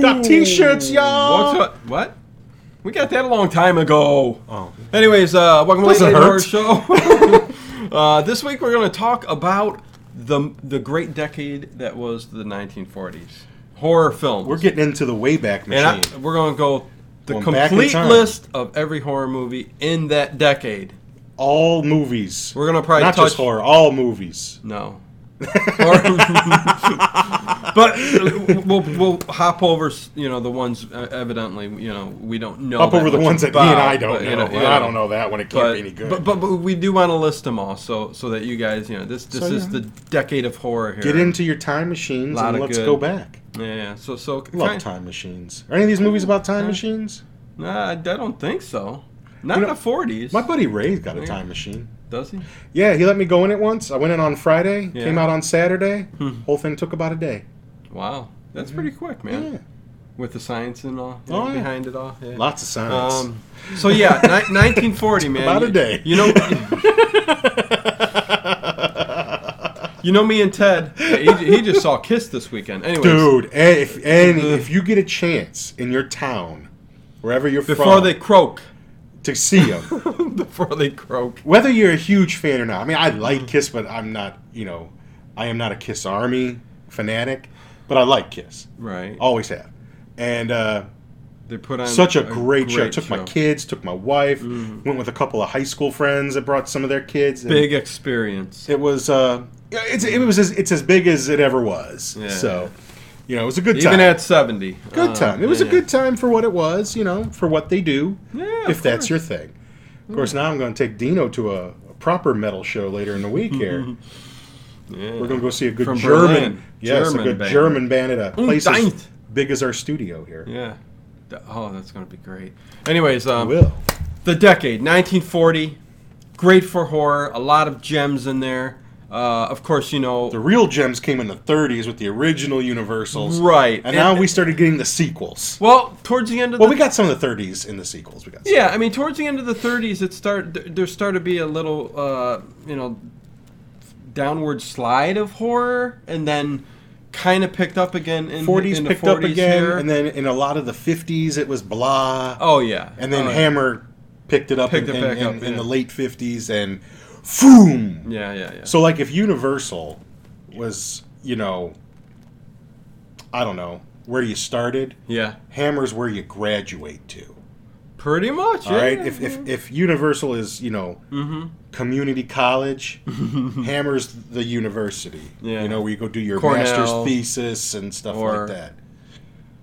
got t-shirts, y'all. What's up? What? We got that a long time ago. Oh. Anyways, uh, welcome to Doesn't the Horror hurt. Show. uh, this week we're going to talk about the the great decade that was the 1940s horror films. We're getting into the Wayback Machine. and I, we're going to go the Going back in complete time. list of every horror movie in that decade. all movies. We're gonna probably not touch- just horror. All movies. No. Or- but we'll, we'll hop over, you know, the ones uh, evidently, you know, we don't know. Up that over the much ones that about, me and I don't but, know. you Well, you I don't know that one. It can't But, be any good. but, but but we do want to list them all, so so that you guys, you know, this this So, is yeah. the decade of horror here. Get into your time machines Lot and of let's good. go back. yeah. yeah. So so Love kind- time machines. Are any of these movies about time Yeah. machines? Nah, I, I don't think so. Not You in know, the forties. My buddy Ray's got a Yeah. time machine. Does he? Yeah, he let me go in it once. I went in on Friday, Yeah. came out on Saturday. Hmm. Whole thing took about a day. Wow, that's pretty quick, man. Yeah. With the science and all you Oh, know, yeah. behind it all. Yeah. Lots of science. Um, so yeah, ni- 1940, man. about you, a day. You know, you know me and Ted. He, he just saw Kiss this weekend. Anyways, Dude, eh, if any, Ugh. if you get a chance in your town, wherever you're before from, they croak, to see them, before they croak. whether you're a huge fan or not. I mean, I Mm. like Kiss, but I'm not. You know, I am not a Kiss army fanatic, but I like Kiss. Right. Always have. And uh, They put on Oh, such a, great, show. Took my kids, took my wife, went with a couple of high school friends that brought some of their kids. and Mm. Big experience. It was. Uh, yeah, it's, it was. As, it's as big as it ever was. Yeah. So, you know, it was a good Even time. at 70. good Uh, time. It was yeah, a good time for what it was. You know, for what they do. Yeah, if of that's course. your thing. Of course, now I'm going to take Dino to a, a proper metal show later in the week here. yeah. We're going to go see a good From German, Berlin. yes, German a good band. German band at a Und place as eins. big as our studio here. Yeah. D- Oh, that's gonna be great. Anyways, um, Will. the decade 1940, great for horror. A lot of gems in there. Uh, of course, you know. The real gems came in the 30s with the original Universals. Right. And, now we started getting the sequels. Well, towards the end of Well, the we got some of the 30s in the sequels. We got some. Yeah, I mean, towards the end of the 30s, it start th- there started to be a little, uh, you know, downward slide of horror, and then kind of picked up again in 40s in the picked up 40s again, here. and then in a lot of the 50s it was blah. oh yeah, and then Oh, yeah. Hammer picked it up, Picked in, it in- back up, in- in yeah. the late 50s and boom. Yeah, yeah, yeah. So like if Universal was, you know, I don't know, where you started, yeah, Hammer's where you graduate to. pretty much. All right? If if if Universal is, you know, hmm community college, Hammer's the university. Yeah. You know, where you go do your Cornell. master's thesis and stuff Or- like that.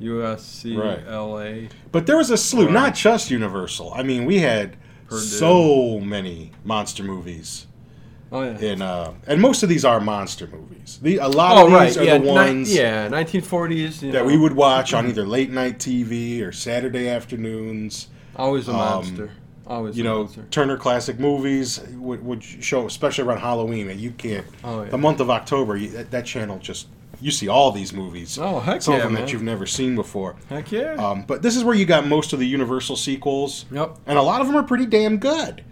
USC, Right. LA, But there was a slew, Right. not just Universal. I mean, we had Purdue. so many monster movies oh yeah. in uh and most of these are monster movies. The a lot Oh of right, these are yeah, the ni- ones yeah, 1940s. You that know, we would watch on either late night TV or Saturday afternoons. always a um, monster, always You a know, monster. Turner Classic Movies would, would show, especially around Halloween, that you can't. Oh, yeah. The month of October, you, that, that channel just you see all these movies. Oh, heck some yeah, of them man. that you've never seen before. Heck yeah. Um, but this is where you got most of the Universal sequels, yep. and a lot of them are pretty damn good.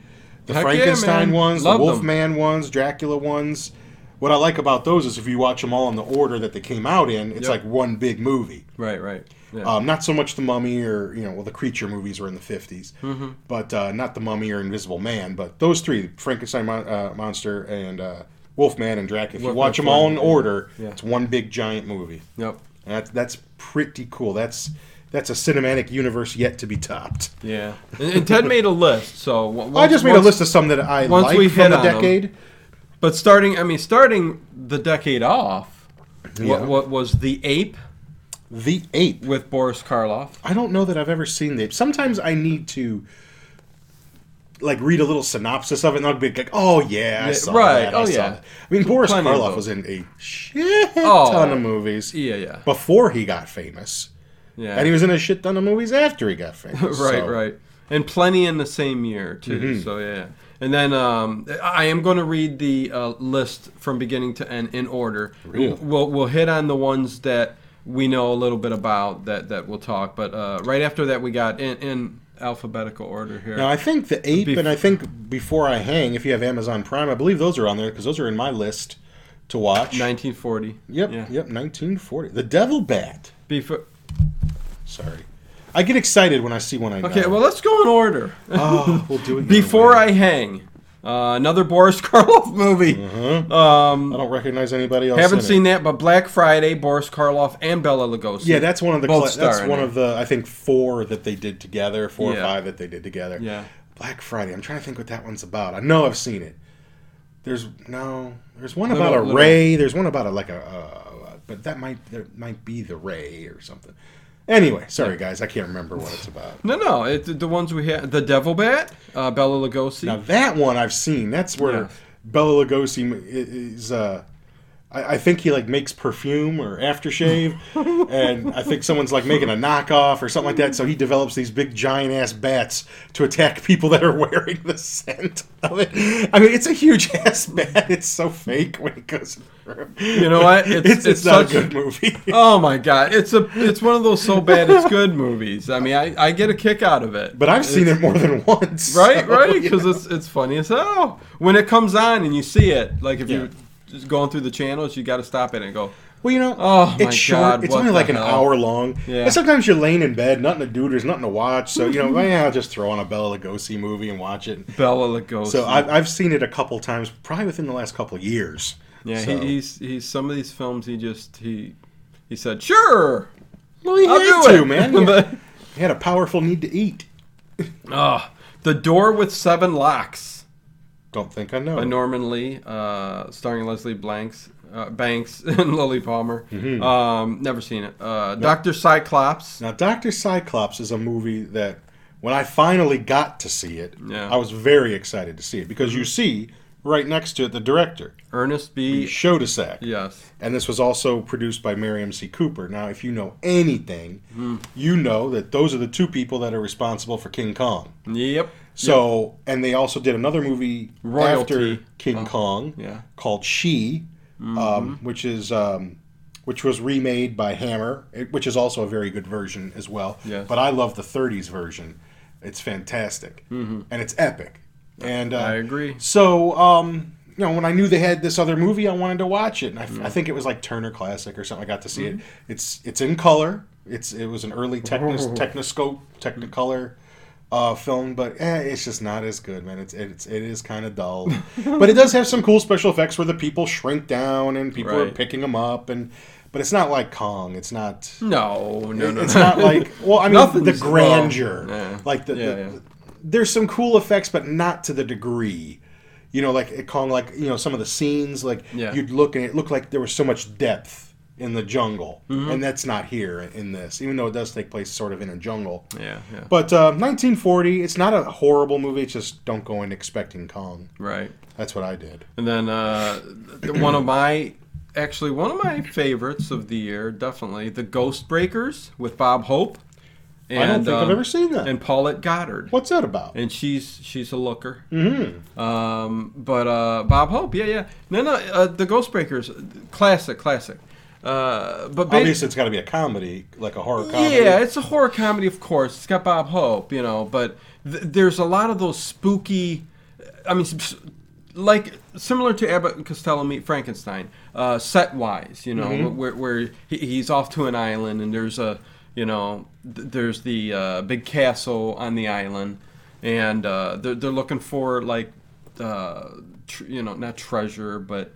The Heck yeah, Frankenstein man. ones, Love the them. Wolfman ones, Dracula ones. What I like about those is if you watch them all in the order that they came out in, it's Yep. like one big movie. Right, right. Yeah. Um, not so much the Mummy or you know, well, the creature movies were in the 50s Mhm. but uh, not the Mummy or Invisible Man. But those three, Frankenstein mon- uh, monster and uh, Wolfman and Dracula. If you Wolfman, watch them all in yeah. order, Yeah. it's one big giant movie. Yep. And that's that's pretty cool. That's that's a cinematic universe yet to be topped. Yeah, and, and Ted made a list. So w- I just made a once- list of some that I once like we hit from the on 'em. decade. But starting, I mean, starting the decade off, Yeah. what, what was the ape The Ape. with Boris Karloff? I don't know that I've ever seen the Ape. Sometimes I need to like read a little synopsis of it, and I'll be like, "Oh yeah, I Yeah, saw right. that. I Oh, saw yeah. that." I mean, Boris plenty of Karloff those. was in a shit Oh. ton of movies Yeah, yeah, before he got famous, yeah. and he was in a shit ton of movies after he got famous. right, so- Mm-hmm. right, and plenty in the same year too. So yeah, and then um, I am going to read the uh, list from beginning to end in order. Really? We'll we'll hit on the ones that we know a little bit about that that we'll talk. But uh, right after that, we got in, in alphabetical order here. Now I think the ape, Bef- and I think before I hang, if you have Amazon Prime, I believe those are on there because those are in my list to watch. 1940. yep, Yeah. yep, 1940. The Devil Bat. Before, sorry. I get excited when I see one I know. Okay, well let's go in order. oh, we'll do it your Before way. I hang, uh, another Boris Karloff movie. Uh-huh. Um, I don't recognize anybody else. haven't in it. seen that, but Black Friday, Boris Karloff and Bella Lugosi. Yeah, that's one of the Both cla- that's starring one it. of the I think four that they did together, four or Yeah. five that they did together. yeah. Black Friday. I'm trying to think what that one's about. I know I've seen it. There's no. There's one Little- about a little- ray. There's one about a like a. Uh, but that might there might be the ray or something. Anyway, sorry guys, I can't remember what it's about. No, no, it, the ones we had, the Devil Bat, uh, Bella Lugosi. Now that one I've seen. That's where Yeah. Bella Lugosi m- i- is. Uh, I, I think he like makes perfume or aftershave, and I think someone's like making a knockoff or something like that. So he develops these big giant ass bats to attack people that are wearing the scent of it. I mean, it's a huge ass bat. It's so fake when it goes through. You know what? It's It's- it's, it's not such- a good movie. Oh my god, it's a it's one of those so bad it's good movies. I mean, I, I get a kick out of it. But I've seen it more than once. right, so, right, you because know. it's it's funny as hell when it comes on and you see it. Like if Yeah. you're just going through the channels, you got to stop it and go. Well, you know, Oh, it's my short. God, it's what only the like an hell. hour long. Yeah. And sometimes you're laying in bed, nothing to do, there's nothing to watch. So, you know, well, yeah, I'll just throw on a Bela Lugosi movie and watch it. Bella Lugosi. So I've, I've seen it a couple times, probably within the last couple of years. yeah, so. he, he's he's some of these films. He just he he said sure, Well, he I'll had do to, it, man. He had, but he had a powerful need to eat. ah, the door with seven locks. Don't think I know. by Norman Lee, uh, starring Leslie Blanks, uh, Banks and Lily Palmer. Mm-hmm. Um, never seen it. Uh, Doctor Cyclops. Now, Dr. Cyclops is a movie that when I finally got to see it, Yeah. I was very excited to see it because you see right next to it the director, Ernest B. Shodasak. Yes. and this was also produced by Miriam C. Cooper. Now, if you know anything, you know that those are the two people that are responsible for King Kong. Yep. So, and they also did another movie Royalty. Oh. after King Kong Yeah. Mm-hmm. called She, um, which is um, which was remade by Hammer, it- which is also a very good version as well. Yes. But I love the '30s version; it's fantastic and it's epic. And uh, Mm-hmm. I agree. so, um, you know, when I knew they had this other movie, I wanted to watch it, and I, I think it was like Turner Classic or something. I got to see it. It's it's in color. It's it was an early technos, Technoscope Technicolor uh, film, but eh, it's just not as good, man. It's it's it is kind of dull, but it does have some cool special effects where the people shrink down and people are Right. picking them up, and but it's not like Kong. It's not. No, no, no. It's no. not like well, I mean the Nothing's grandeur, wrong. Yeah. like the, Yeah, the- yeah. there's some cool effects, but not to the degree. You know, like it Kong, like you know some of the scenes, like Yeah. you'd look and it looked like there was so much depth in the jungle, Mm-hmm. and that's not here in this, even though it does take place sort of in a jungle. yeah, yeah. But uh, 1940, it's not a horrible movie. It's just don't go in expecting Kong. Right. That's what I did. And then uh, th- one of my actually one of my favorites of the year, definitely the Ghost Breakers with Bob Hope. And, I don't think I've um, ever seen that. And Paulette Goddard. What's that about? and she's she's a looker. Mm-hmm. Um, but uh, Bob Hope, yeah, yeah, no, no, uh, the Ghostbreakers, classic, classic. Uh, but ba- Obviously, it's got to be a comedy, like a horror comedy. yeah, it's a horror comedy, of course. It's got Bob Hope, you know, but th- there's a lot of those spooky. I mean, s- like similar to Abbott and Costello meet Frankenstein, uh, set wise, you know, Mm-hmm. where, where he, he's off to an island and there's a, you know, th- there's the uh, big castle on the island, and uh, they're they're looking for like, uh, tr- you know, not treasure, but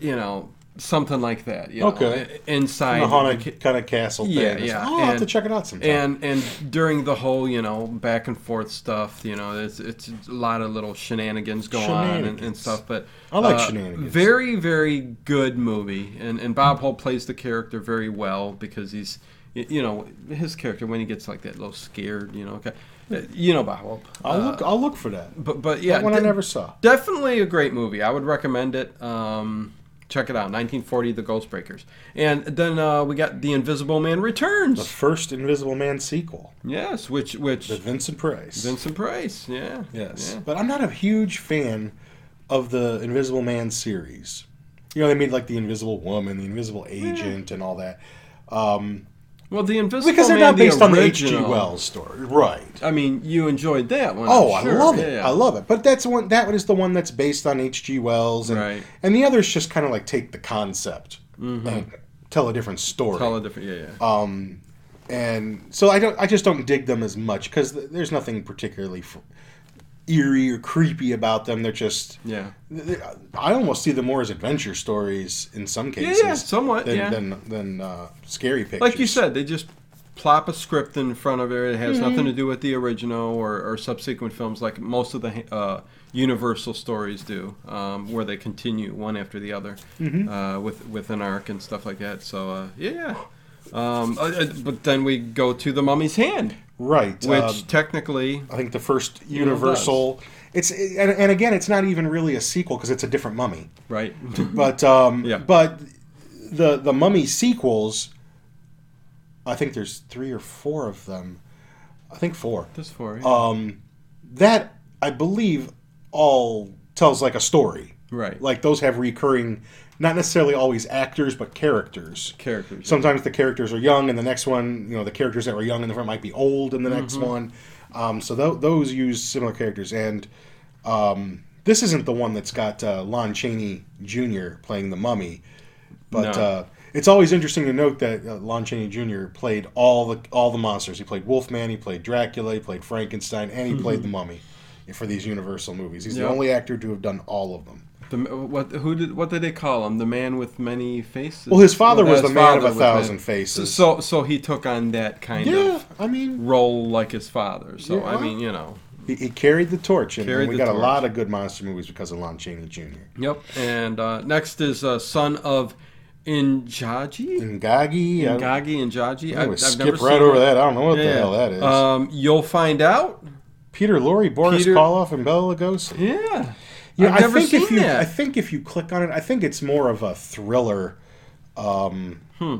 you know. Something like that, you know, Okay. i- inside the the haunted kind of castle thing. Yeah, It's- yeah, Oh, I'll have to and- check it out sometime. and and during the whole you know back and forth stuff you know it's it's a lot of little shenanigans going on and, and Shenanigans. stuff but uh, I like shenanigans. very very good movie and and bob hope plays the character very well because he's y- you know his character when he gets like that little scared you know okay uh, you know bob hope Uh, I'll look. I'll look for that. but but yeah that one I de- never saw. Definitely a great movie. I would recommend it. Um, check it out. 1940, The Ghostbreakers. And then uh, we got The Invisible Man The Returns. first Invisible Man sequel, Yes, which which the Vincent Price. Vincent Price, yeah. yes, yeah. but I'm not a huge fan of the Invisible Man series. You know, they made like the Invisible Woman, the Invisible Agent, and all that. Um, Well, the Invisible because they're Man, not based on the H.G. original- Wells story, right? I mean, you enjoyed that one. Oh, I'm sure. I love it. Yeah. I love it. But that's the one that is the one that's based on H.G. Wells, and Right. and the others just kind of Mm-hmm. like take the concept and tell a different story. Tell a different. Yeah, yeah. Um, and so I don't. I just don't dig them as much because th- there's nothing particularly f- eerie or creepy about them. They're just. Yeah. th- I almost see them more as adventure stories in some yeah, cases. somewhat, Than yeah. than, than uh, scary pictures. Like you said, they just plop a script in front of it. It has nothing to do with the original or, or subsequent films, like most of the uh, Universal stories do, um, where they continue one after the other uh, with with an arc and stuff like that. So uh, yeah. Um, uh, uh, but then we go to the mummy's hand, right? which um, technically I think the first does. Universal. It's and, and again, it's not even really a sequel because it's a different mummy. right. But um, Yeah. but the the Mummy sequels, I think there's three or four of them. I think four. This for you. Um, that I believe all tells like a story. right. Like those have recurring, not necessarily always actors, but characters. Characters. Sometimes the characters are young, and the next one, you know, the characters that were young in the front might be old in the next one. Um, so tho- those use similar characters, and um, this isn't the one that's got uh, Lon Chaney Jr. playing the mummy, but No. uh, it's always interesting to note that uh, Lon Chaney Jr. played all the all the monsters. He played Wolfman, he played Dracula, he played Frankenstein, and he played the Mummy for these Universal movies. He's Yeah. the only actor to have done all of them. The, what who did what did they call him? The man with many faces. Well, his father was his the man of father a was man- thousand faces. So so he took on that kind yeah, of I mean, role like his father. So Yeah. I mean, you know. He, he carried the torch, and, Carried and we the got torch. a lot of good monster movies because of Lon Chaney Jr. Yep. And uh, next is uh, son of Injaji. Ngagi, I- Ngagi Injaji. I would skip right over that. I don't know what the hell that is. Um, you'll find out. Peter Lorre, Boris Peter- Karloff, and Bela Lugosi. Yeah. Yeah, I've never think seen if you, that. I think if you click on it, I think it's more of a thriller. Um, Hmm.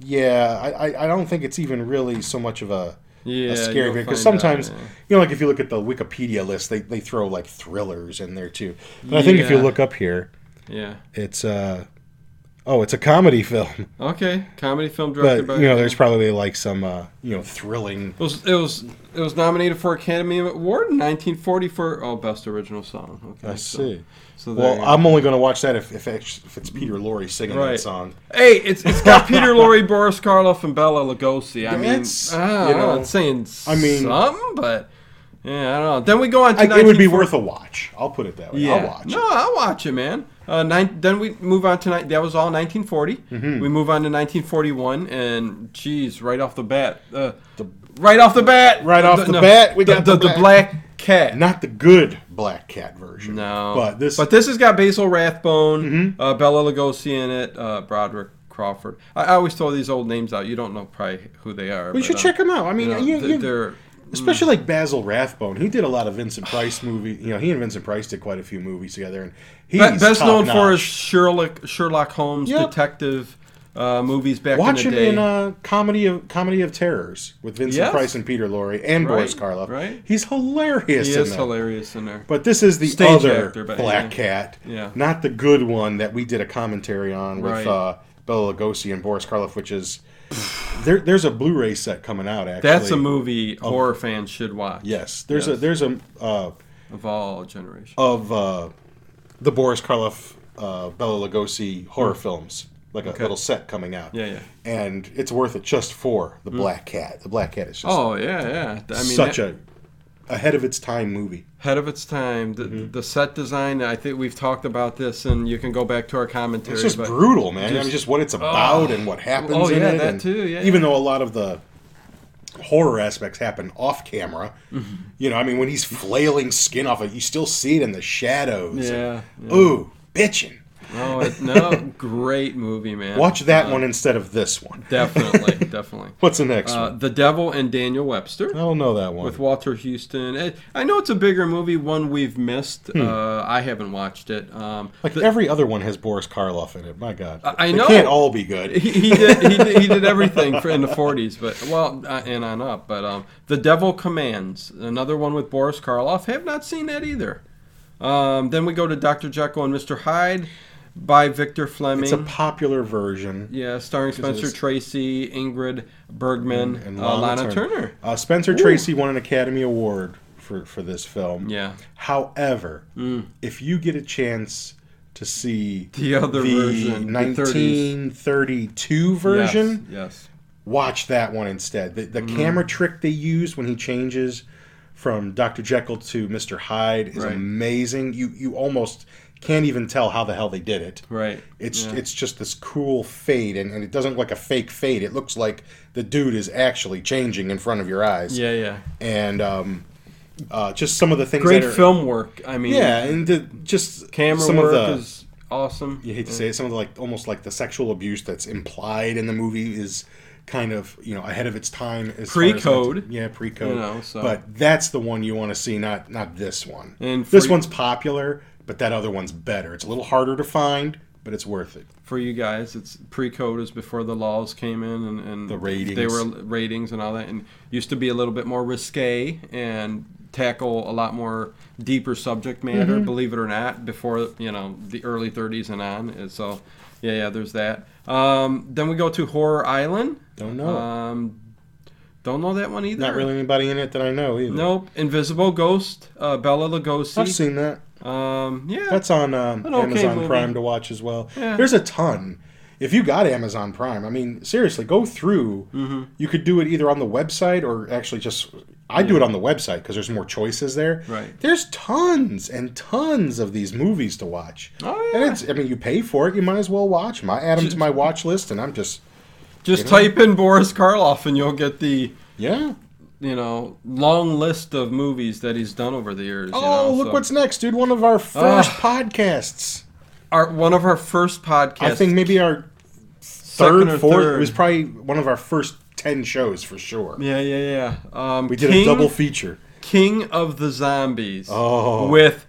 Yeah, I, I, I don't think it's even really so much of a, yeah. a scary you'll because find out, sometimes yeah. you know, like if you look at the Wikipedia list, they, they throw like thrillers in there too. But I think if you Yeah. look up here, Yeah. it's uh oh, it's a comedy film. Okay. Comedy film directed but by. you know, there's probably like some uh, you know thrilling. It was, it was it was nominated for Academy Award in 1940 for oh best original song. Okay, I so- see. So there uh, Well, you go. I'm only going to watch that if if it's, if it's Peter Lorre singing Right. that song. hey, it's it's got Peter Lorre, Boris Karloff, and Bella Lugosi. I mean, That's, ah, you you know, know, it's saying I mean- some, but yeah, I don't know. Then we go on to I, it would be 1940 worth a watch. I'll put it that way. I'll watch. no, I'll watch it, man. Uh, nine, then we move on tonight. That was all 1940. Mm-hmm. We move on to 1941, and geez, right off the bat, uh, right off the bat, Right off the bat, we got the the black- black cat. it. Not the good Black Cat version. No, but this. Mm-hmm. but this has got Basil Rathbone, uh, Bella Lugosi in it, uh, Broderick Crawford. I, I always throw these old names out. You don't know probably who they are. we but, should uh, check him out. I mean, You know, you- th- you- they're mm. especially like Basil Rathbone. He did a lot of Vincent Price movie. You know, he and Vincent Price did quite a few movies together, and he's be- best known for his top-notch. Sherlock Sherlock Holmes Yep. detective uh, movies back Watch in him the day. in uh, comedy of comedy of terrors with Vincent Yes. Price and Peter Lorre and Right, Boris Karloff. right. he's hilarious. he in is that. hilarious in there. But this is the Stage other actor, but Black yeah. Cat, Yeah. not the good one that we did a commentary on with Right. uh, Bela Lugosi and Boris Karloff, which is there, there's a Blu-ray set coming out. Actually, That's a movie Oh. horror fans should watch. Yes, there's a Yes. there's a uh, of all generations. of uh, the Boris Karloff, uh, Bela Lugosi horror films, like a little set coming out. Hmm. Yeah, yeah. and it's worth it just for the Black Cat. The Black Cat is just Oh yeah, yeah. I mean, such that- a ahead of its time movie. ahead of its time. The, Mm-hmm. the set design, I think we've talked about this, and you can go back to our commentary. It's just but brutal, man. I mean, just- just what it's about and what happens Oh, in yeah, it. that and too, yeah, Even though a lot of the horror aspects happen off camera, Mm-hmm. you know, I mean, when he's flailing skin off it, you still see it in the shadows. yeah, yeah. Ooh, bitching. no, Oh, it, no, great movie, man. Watch that one instead of this one. definitely, definitely. What's the next Uh, one? the Devil and Daniel Webster I don't know that one. with Walter Houston. Eh, I know it's a bigger movie, one we've missed. Uh, I haven't watched it. Um, Hmm. like every other one has Boris Karloff in it. My God, I- I They know. can't all be good. he, he did he did, he did everything for, in the 40s but well uh, and on up but um, the devil commands another one with boris karloff have not seen that either um, then we go to dr jekyll and mr hyde by victor fleming It's a popular version. yeah starring spencer it's- tracy ingrid bergman And uh, lana, Lana turner, Turner. Uh, Spencer Tracy won an Academy Award for for this film. yeah However, Mm. if you get a chance to see The other version, the 30s. 1932 version, yes, yes watch that one instead. The, the Mm. camera trick they use when he changes from Dr. Jekyll to Mr. Hyde is Right. amazing. You you almost can't even tell how the hell they did it. Right. It's Yeah. it's just this cool fade, and, and it doesn't look like a fake fade. It looks like the dude is actually changing in front of your eyes. Yeah, yeah. And um, uh, just some of the things. Great that are, film work. I mean, Yeah, and the, just camera some work of the is awesome. you hate to say it, some of the like almost like the sexual abuse that's implied in the movie is kind of you know ahead of its time. As far as- Pre-code. yeah, You pre-code. know, so- But that's the one you want to see, not not this one. And this free- one's popular, but that other one's better. It's a little harder to find, but it's worth it. for you guys. It's pre-code is before the laws came in and, and The ratings. They were ratings and all that, and used to be a little bit more risque and tackle a lot more deeper subject matter. Believe it or not, before you know the early 30s and on. And so, yeah, yeah, there's that. Um, then we go to Horror Island. Don't know. Um, don't know that one either. Oh. Not really anybody in it that I know either. Nope. Invisible Ghost. Uh, Bella Lugosi. I've seen that. Um, yeah. That's on um, An okay Amazon movie. Prime to watch as well. Yeah. There's a ton. If you got Amazon Prime, I mean, seriously, go through. You could do it either on the website or actually just. I do it on the website because there's more choices there. Right. There's tons and tons of these movies to watch. Oh, And yeah. it's. I mean, you pay for it. You might as well watch them. I add them to Ju- my watch list, and I'm just. Just you know? type in Boris Karloff and you'll get the Yeah. you know, long list of movies that he's done over the years. you Oh, know, look so- what's next, dude! One of our first podcasts. our one of our first podcasts. I think maybe our second third, or fourth. third. It was probably one of our first ten shows for sure. yeah, yeah, yeah. Um, We did King, a double feature. King of the Zombies. Oh. with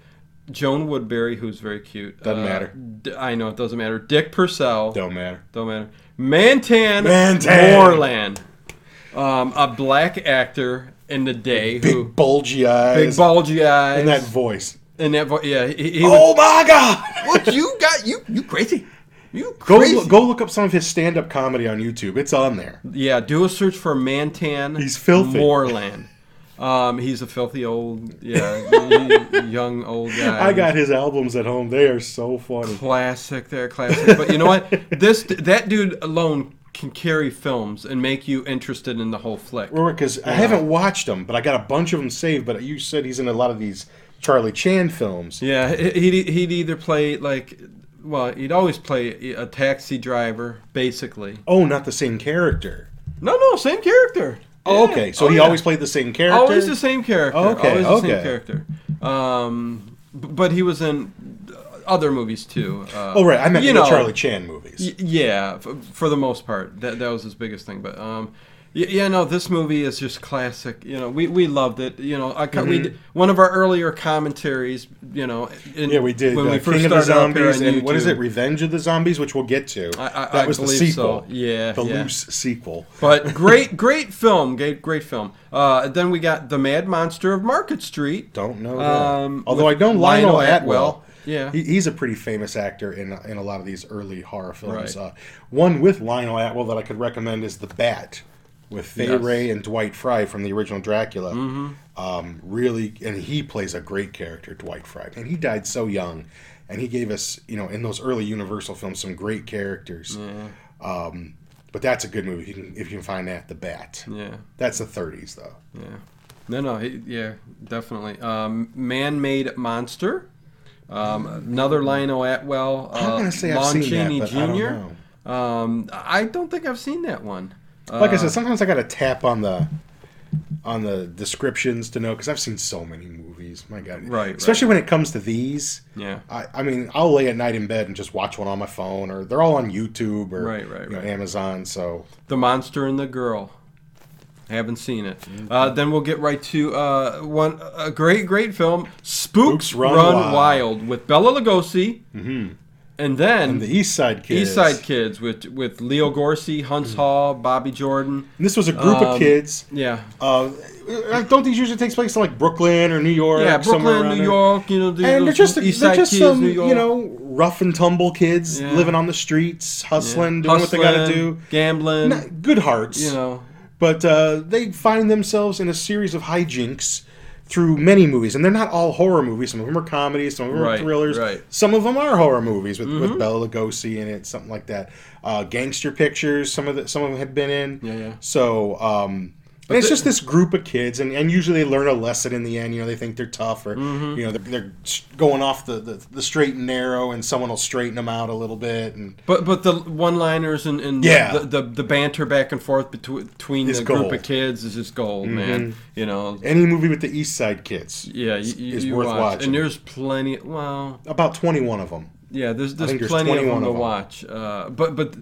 Joan Woodbury, who's very cute. Uh, Doesn't matter. D- I know it doesn't matter. Dick Purcell. Don't matter. Don't matter. Mantan, Mantan. Moreland, um, a black actor in the day Big who bulgy eyes. big bulgy eyes and that voice. and that vo- yeah he, he was- Oh my god! what you got you you crazy you Go crazy go look up some of his stand up comedy on YouTube. It's on there. Yeah, do a search for Mantan. He's filthy. Moreland. Um, he's a filthy old, yeah, y- young old guy. I got his albums at home. They are so funny. classic there, classic. But you know what? This that dude alone can carry films and make you interested in the whole flick. Because I haven't watched them, but I got a bunch of them saved. But you said he's in a lot of these Charlie Chan films. Yeah, he- he'd he'd either play like, well, he'd always play a taxi driver, basically. Oh, not the same character. No, no, same character. Oh, Yeah. okay. So Oh, he yeah. always played the same character. Always the same character. Oh, Okay, Always the same okay. character. Um, b- but he was in other movies too. Uh, oh, right. I meant you the know, Charlie Chan movies. y- yeah, for, for the most part, that that was his biggest thing. But um, y- yeah, no, this movie is just classic. You know, we, we loved it. You know, I, ca- we Mm-hmm. did, one of our earlier commentaries. You know, in, Yeah, we did. when uh, we first King of started the up here on Zombies and what is YouTube. it? Revenge of the Zombies, which we'll get to. I- I- that I was the believe sequel. so. Yeah, the yeah. loose sequel. But great, great film, great, great film. Uh, then we got the Mad Monster of Market Street. Don't know. Um, that. Although I with know Lionel, Lionel Atwell. Atwell. Yeah. he, he's a pretty famous actor in in a lot of these early horror films. Right. Uh, one with Lionel Atwell that I could recommend is The Bat, with Fay Yes. Mm-hmm. Wray and Dwight Fry from the original Dracula. Um, really, and he plays a great character, Dwight Fry, and he died so young, and he gave us, you know, in those early Universal films, some great characters. Um, but that's a good movie if you can, if you can find that. The Bat. Yeah. That's the 30s though. Yeah. No, no, he, yeah, definitely. Um, man-made monster. Um, another Lionel Atwell. Uh, I'm gonna say I've Lon seen Chaney that, but Jr. I don't know. Um, I don't think I've seen that one. like I Uh, said, sometimes I gotta tap on the on the descriptions to know because I've seen so many movies. My God, Right, right. Especially when it comes to these. Yeah. I, I mean, I'll lay at night in bed and just watch one on my phone, or they're all on YouTube or Right, right, you know, right. Amazon. So The Monster and the Girl. Haven't seen it. Mm-hmm. Uh, then we'll get right to uh, one a great, great film, Spooks, Run, Wild. with Bella Lugosi, and then Mm-hmm. and the East Side Kids. Mm. East Side Kids with with Leo Gorsey, Hunts Hall, Bobby Jordan. And this was a group Um, of kids. Yeah, Uh, don't these usually take place in like Brooklyn or New York? yeah, somewhere Brooklyn, around New there? York. You know, the, And they're those just, East they're Side just Kids, some, New York. you know, rough and tumble kids Yeah. living on the streets, Yeah. hustling, doing what they got to Hustling, do. gambling. Not- good hearts. you know, But uh, they find themselves in a series of hijinks through many movies, and they're not all horror movies. Some of them are comedies, some of them Right, are thrillers, right. Mm-hmm. some of them are horror movies with, with Bela Lugosi in it, something like that. Uh, gangster pictures, some of the, some of them had been in. Yeah, yeah. So, um, and it's just this group of kids, and, and usually they learn a lesson in the end. You know, they think they're tough, or Mm-hmm. you know, they're, they're s- going off the, the the straight and narrow, and someone will straighten them out a little bit, and But but the one-liners and, and Yeah. the, the the banter back and forth between, between Is the gold. Mm-hmm. group of kids is just gold, man. You know, any movie with the East Side kids. yeah, you, you, is you worth watch. watching. And there's plenty. Well, About twenty one of them. yeah, there's there's think there's plenty of them 21 to of 'em. watch. Uh, but but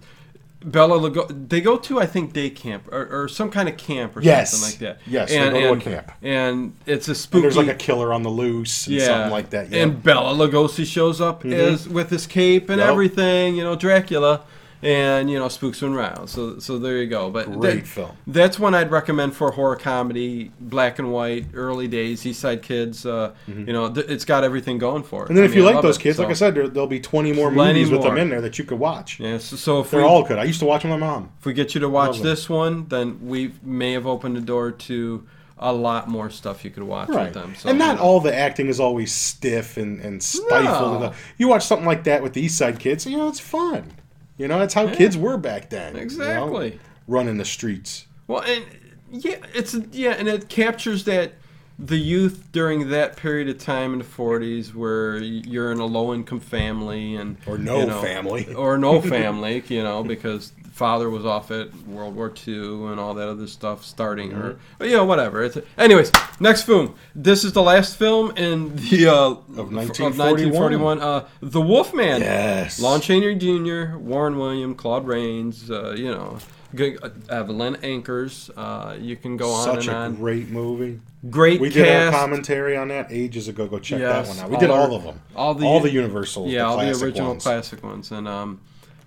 Bella Lugo, they go to I think day camp or, or some kind of camp or Yes. something like that. Yes, they and, go to a and- camp. and it's a spooky. And there's like a killer on the loose, and something like that. Yeah. Mm-hmm. And Bella Lugosi shows up as with his cape and Yep. everything, you know, Dracula, and you know, spooks him around. So so there you go. But Great film. That's one I'd recommend for horror comedy, black and white, early days, East Side Kids. Uh, You know, th- it's got everything going for it. Mm-hmm. And then I if mean, you I like love those it, kids, so- like I said, there, there'll be 20 more Plenty movies with them more. in there that you could watch. yeah. So, so if They're we all good. I used to watch them with my mom. if we get you to watch Lovely. this one, then we may have opened the door to a lot more stuff you could watch Right. with them. So and not all the acting is always stiff and, and stifled. No. You watch something like that with the East Side kids, you know, it's fun. You know, that's how kids were back then. you know, Exactly. running the streets. Well, and yeah, it's yeah, and it captures that the youth during that period of time in the 40s where you're in a low-income family and Or no you know, Oh, family. or no family, you know, because father was off at World War II and all that other stuff starting or Mm-hmm. but, you know whatever. It's, anyways, next film. This is the last film in the uh, of 1941. Uh, the Wolfman. Yes. Lon Chaney Jr., Warren William, Claude Rains, uh, you know, good, uh, Evelyn Anchors. Uh, you can go on Such and a on. great movie. Great We did our cast. commentary on that ages ago. Go check Yes, that one out. We all did our- all of them. all the- all the Universal, yeah, all the classic original ones. classic ones. And um,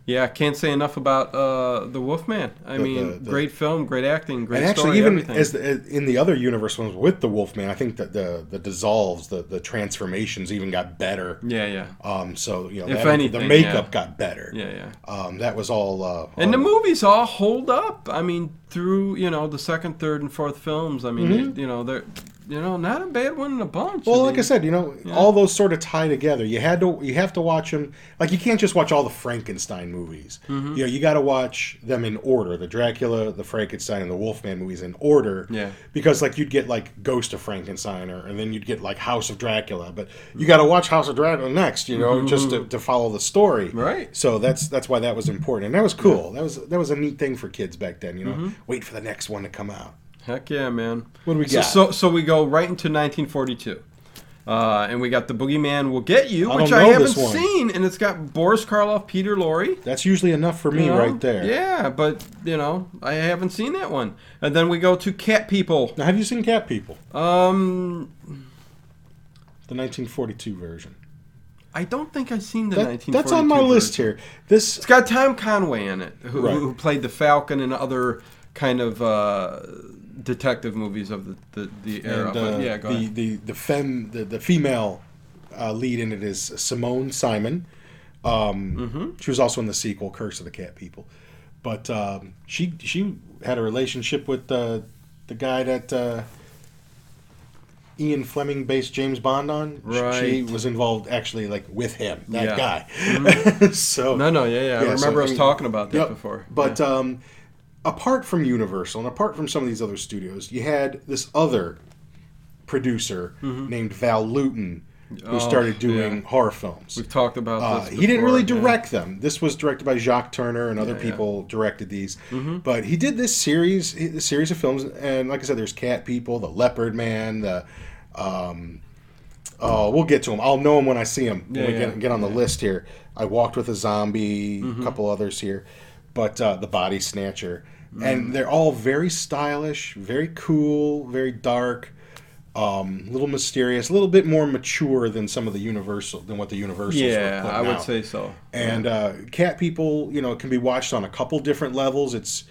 yeah, I can't say enough about uh, The Wolfman. I The- mean, the- the- great film, great acting, great and actually, story, even everything. as the, as- in the other universe ones with the Wolfman, I think that the the dissolves, the the transformations even got better. yeah, yeah. Um, so you know, If that- the anything, makeup yeah. got better. Yeah, yeah. Um, that was all. Uh, And the all- movies all hold up. I mean, through, you know, the second, third, and fourth films. I mean, they- you know, they're, you know, not a bad one in a bunch. Mm-hmm. well, mean, like I said, you know, all those sort of tie together. You had to, you have to watch them. Like you can't just watch all the Frankenstein movies. Mm-hmm. You know, you got to watch them in order: the Dracula, the Frankenstein, and the Wolfman movies in order. Yeah. Because like you'd get like Ghost of Frankenstein, or and then you'd get like House of Dracula. But you got to watch House of Dracula next, you know, just to, to follow the story. Mm-hmm. Right. So that's that's why that was important, and that was cool. That was that was a neat thing for kids back then. You know, Mm-hmm. wait for the next one to come out. Heck yeah, man. What do we so, got? So, so we go right into 1942. Uh, and we got The Boogeyman Will Get You, I which don't I know haven't this one. seen. And it's got Boris Karloff, Peter Lorre. That's usually enough for me you know? right there. Yeah, but, you know, I haven't seen that one. And then we go to Cat People. Now, have you seen Cat People? Um, The 1942 version. I don't think I've seen the That, 1942 that's on my version. list here. This It's got Tom Conway in it, who, Right. who played the Falcon and other kind of uh, detective movies of the, the, the era. and, uh, but yeah, go the, ahead. the the fem the, the female uh, lead in it is Simone Simon. Um, Mm-hmm. She was also in the sequel Curse of the Cat People, but um, she she had a relationship with uh, the guy that uh, Ian Fleming based James Bond on. Sh- She Right. was involved actually like with him that Yeah. Mm-hmm. guy. so No, no, yeah, yeah. I Yeah, so, remember I us mean, talking about that Yep. before. But um, apart from Universal and apart from some of these other studios, you had this other producer named Val Luton who Mm-hmm. Oh, started doing yeah. horror films. We've talked about Uh, this. he didn't really before, yeah. direct them. This was directed by Jacques Turner and other Yeah, Mm-hmm. yeah. people directed these. But he did this series, this series of films, and like I said, there's Cat People, The Leopard Man, the. Um, oh, we'll get to him. I'll know him when I see him. When Yeah, we yeah, Mm-hmm. get, get on the list here. I walked with a zombie, a couple others here, but uh, the Body Snatcher, Mm. and they're all very stylish, very cool, very dark. Um, a little mysterious, a little bit more mature than some of the universal than what the universals were Yeah, putting I would out. say so. And uh, cat people, you know, it can be watched on a couple different levels. It's,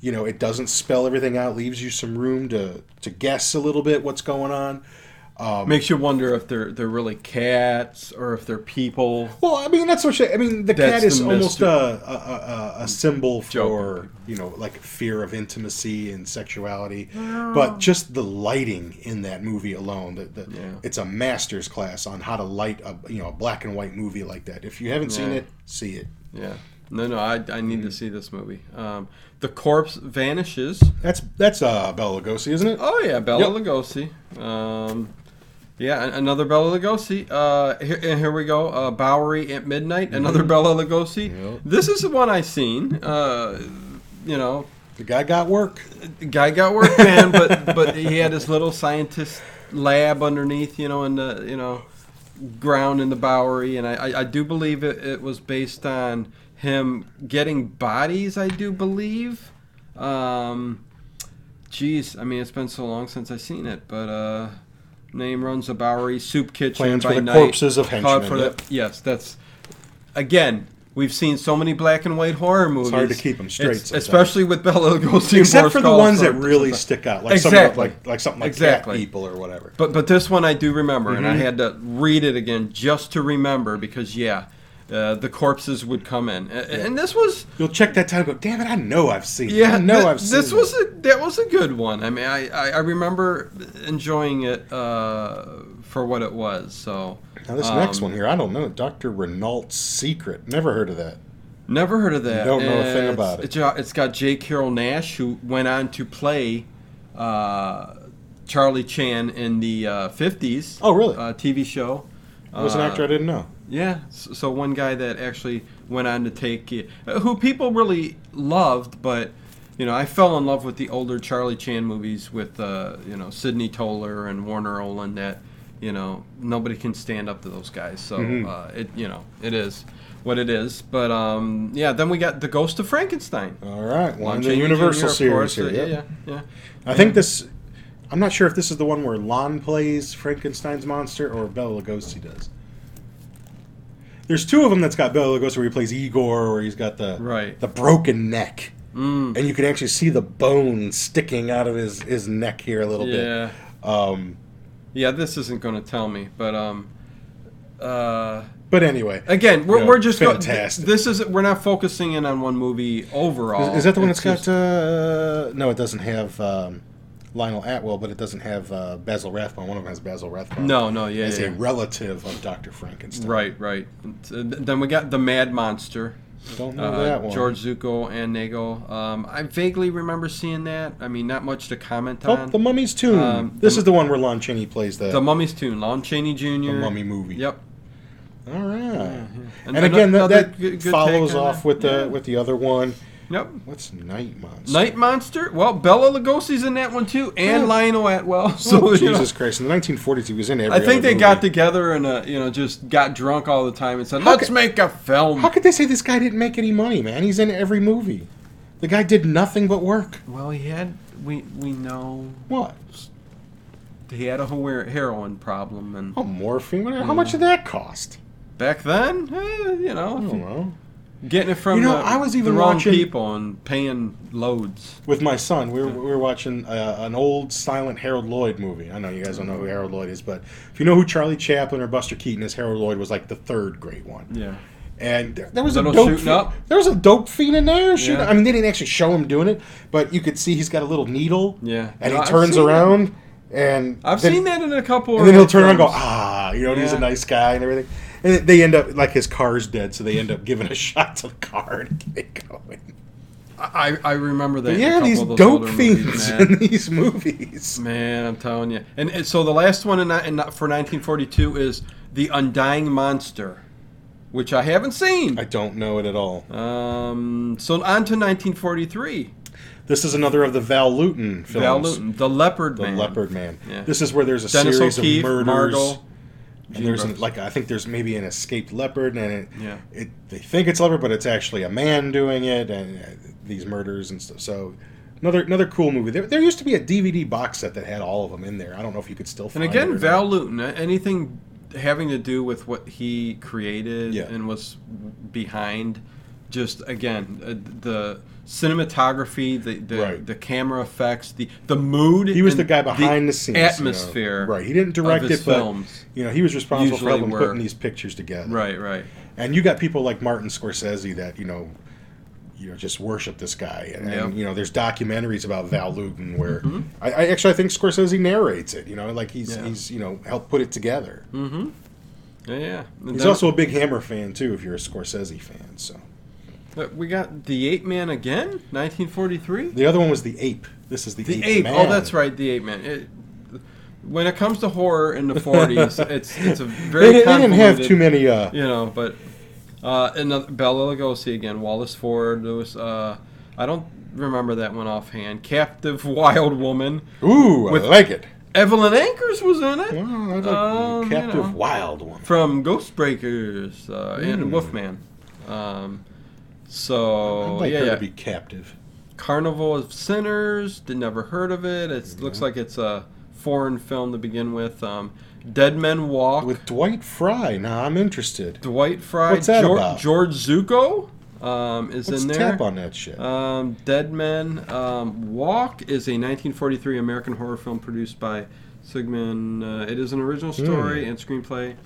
you know, it doesn't spell everything out, leaves you some room to to guess a little bit what's going on. Um, Makes you wonder if they're they're really cats or if they're people. well, I mean that's what she, I mean. The That's cat is the almost mystery. a, a, a, a symbol for Joking. you know like fear of intimacy and sexuality, but just the lighting in that movie alone. The, the, Yeah. It's a master's class on how to light a you know a black and white movie like that. If you haven't seen Yeah. it, see it. Yeah. No, no, I, I need to see this movie. Um, the corpse vanishes. That's that's uh, Bela Lugosi, isn't it? Oh yeah, Bella Lugosi. Um, yeah, an- another Bella Lugosi. Uh, here, and here we go. Uh, Bowery at midnight. Another Bella Lugosi. Yep. This is the one I seen. Uh, you know, The guy got work. the guy got work man, but but he had his little scientist lab underneath. You know, in the you know ground in the Bowery, and I I, I do believe it, it was based on him getting bodies. I do believe. Um, Jeez, I mean, it's been so long since I've seen it, but uh, name runs the Bowery Soup Kitchen Plans by for the night. corpses of Cod henchmen, for the- yep. Yes, that's again. We've seen so many black and white horror movies. hard to keep 'em straight It's- sometimes. especially with Bela Lugosi. and Except Boris for the Karloff ones that sort of- really stick out, like something Exactly. like like something like Exactly. cat people or whatever. But but this one I do remember, and I Mhm. had to read it again just to remember because yeah, uh, the corpses would come in, A- and this was You'll check that time. and Go, damn it! I know I've seen. yeah, it. I know thi- I've seen. this was it. a that was a good one. I mean, I I, I remember enjoying it uh, for what it was. So Now this um, next one here, I don't know. Doctor Renault's Secret. Never heard of that. Never heard of that. Don't know a thing It's- about it. it's- it's got J. Carroll Nash, who went on to play uh, Charlie Chan in the uh, 50s. Oh, really? Uh, TV show. I was an Uh, actor I didn't know. Yeah. So, so one guy that actually went on to take, uh, who people really loved, but you know, I fell in love with the older Charlie Chan movies with uh, you know Sidney Toler and Warner Olin. That you know nobody can stand up to those guys. So Mhm. uh, it you know it is what it is. But um, yeah, then we got the Ghost of Frankenstein. All right, one Lon in the Chaney Universal Jr., of series course, here. uh, yep. Yeah, yeah, yeah. I think this. I'm not sure if this is the one where Lon plays Frankenstein's monster or Bela Lugosi does. There's two of them that's got Bela Lugosi where he plays Igor, or he's got the Right. the broken neck, Mm, and you can actually see the bone sticking out of his his neck here a little yeah. bit. Um, Yeah, this isn't going to tell me, but um, uh, but anyway, again, we're, Yeah, we're just go- fantastic. this is we're not focusing in on one movie overall. Is, is that the one It's that's got? Uh, no, it doesn't have um, Lionel Atwell, but it doesn't have uh, Basil Rathbone. One of them has Basil just- Rathbone. No, no, yeah, it's yeah, a yeah. relative of Doctor Frankenstein. right, right. Uh, Then we got the Mad Monster, Don't know uh, that one. George Zuko and Nagel. Um, I vaguely remember seeing that. I mean, not much to comment Oh, on. the Mummy's Tomb. Um, this the- is the one where Lon Chaney plays the, the the, Mummy's Tune, Lon Chaney Jr. Mummy movie. Yep. All right. And, ano- again, that, Mm-hmm. another that good- good follows take on off that. with the Yeah. with the other one. Yep. What's Night Monster? Night Monster. Well, Bella Lugosi's in that one too, and Yeah. Lionel Atwell. So Oh, you know. Jesus Christ! In the 1940s, he was in every. I think other they got movie. together and uh, you know just got drunk all the time and said, How "Let's ca- make a film." How could they say this guy didn't make any money, man? He's in every movie. The guy did nothing but work. well, he had we we know What? he had a hero- heroin problem, and Oh, morphine. What- How much did that cost? back then, eh, you I don't know, know. getting it from You know, the, I was even the wrong watching- people and paying loads. With my son, we were, we were watching uh, an old silent Harold Lloyd movie. I know you guys don't know who Harold Lloyd is, but if you know who Charlie Chaplin or Buster Keaton is, Harold Lloyd was like the third great one. Yeah, And there, there was a Little dope shooting fiend, up. there was a dope fiend in there shooting. Yeah. I mean, they didn't actually show him doing it, but you could see he's got a little needle. Yeah. and No, he I've turns seen that. around, and I've then- seen that in a couple. And then he'll of turn around and go, films. ah, you know, and he's a Yeah. nice guy and everything. And they end up, like, his car's dead, so they end up giving a shot to the car and get it going. "Ah, I, I remember that. in a yeah, couple these of those dope older movies, fiends man. in these movies. Man, I'm telling you. And, and so the last one in, in, for 1942 is The Undying Monster, which I haven't seen. I don't know it at all. Um, so on to 1943. This is another of the Val Luton films. Val Luton, The Leopard The Man. Leopard Man. Yeah. This is where there's a Dennis series O'Keefe, of murders. Margot. Gene and there's an, Brooks. like I think there's maybe an escaped leopard, and it, Yeah. it they think it's a leopard, but it's actually a man doing it, and uh, these murders and stuff. So another another cool movie. There, there used to be a DVD box set that had all of them in there. I don't know if you could still And find. it again, or Val not. Luton, anything having to do with what he created Yeah. and was behind just again uh, the cinematography, the the, Right. the camera effects, the the mood. He was and the guy behind the, scenes. you know. Atmosphere. Right. He didn't direct his it, but films you know, he was responsible for usually helping were- putting these pictures together. Right. Right. And you got people like Martin Scorsese that, you know, you know, just worship this guy. And, and, Yeah. you know, there's documentaries about Val Lewton where I, I actually I think Scorsese narrates it, you know, like he's Mm-hmm. Yeah. he's, you know, helped put it together. Mm-hmm. Yeah. yeah. And He's then- also a big Hammer fan too, if you're a Scorsese fan. So But Uh, we got the Ape Man again, 1943. the other one was the ape. This is the, The ape. Ape. Man. Oh, that's right, the Ape Man. It, when it comes to horror in the 40s, it's it's a very They, they didn't have convoluted- too many uh, you know, but uh, another Bella Lugosi again, Wallace Ford, Lewis. Uh, I don't remember that one offhand. Captive Wild Woman. Ooh, I With- like it. Evelyn Anchors was in it Well, I like Um, you Captive know. Wild one. from Ghostbreakers uh, and Mm. Wolfman. Um, so I'd like Oh, yeah, her yeah. to be captive. Carnival of Sinners. Did never heard of it. It looks like it's a foreign film to begin with. Um, Dead Men Walk. With Dwight Fry. Now I'm interested. Dwight Fry, What's that Geor- about? George Zuko um, is Let's in there. tap on that shit. Um, Dead Men um, Walk is a 1943 American horror film produced by Sigmund. Uh, it is an original Hmm. story and screenplay.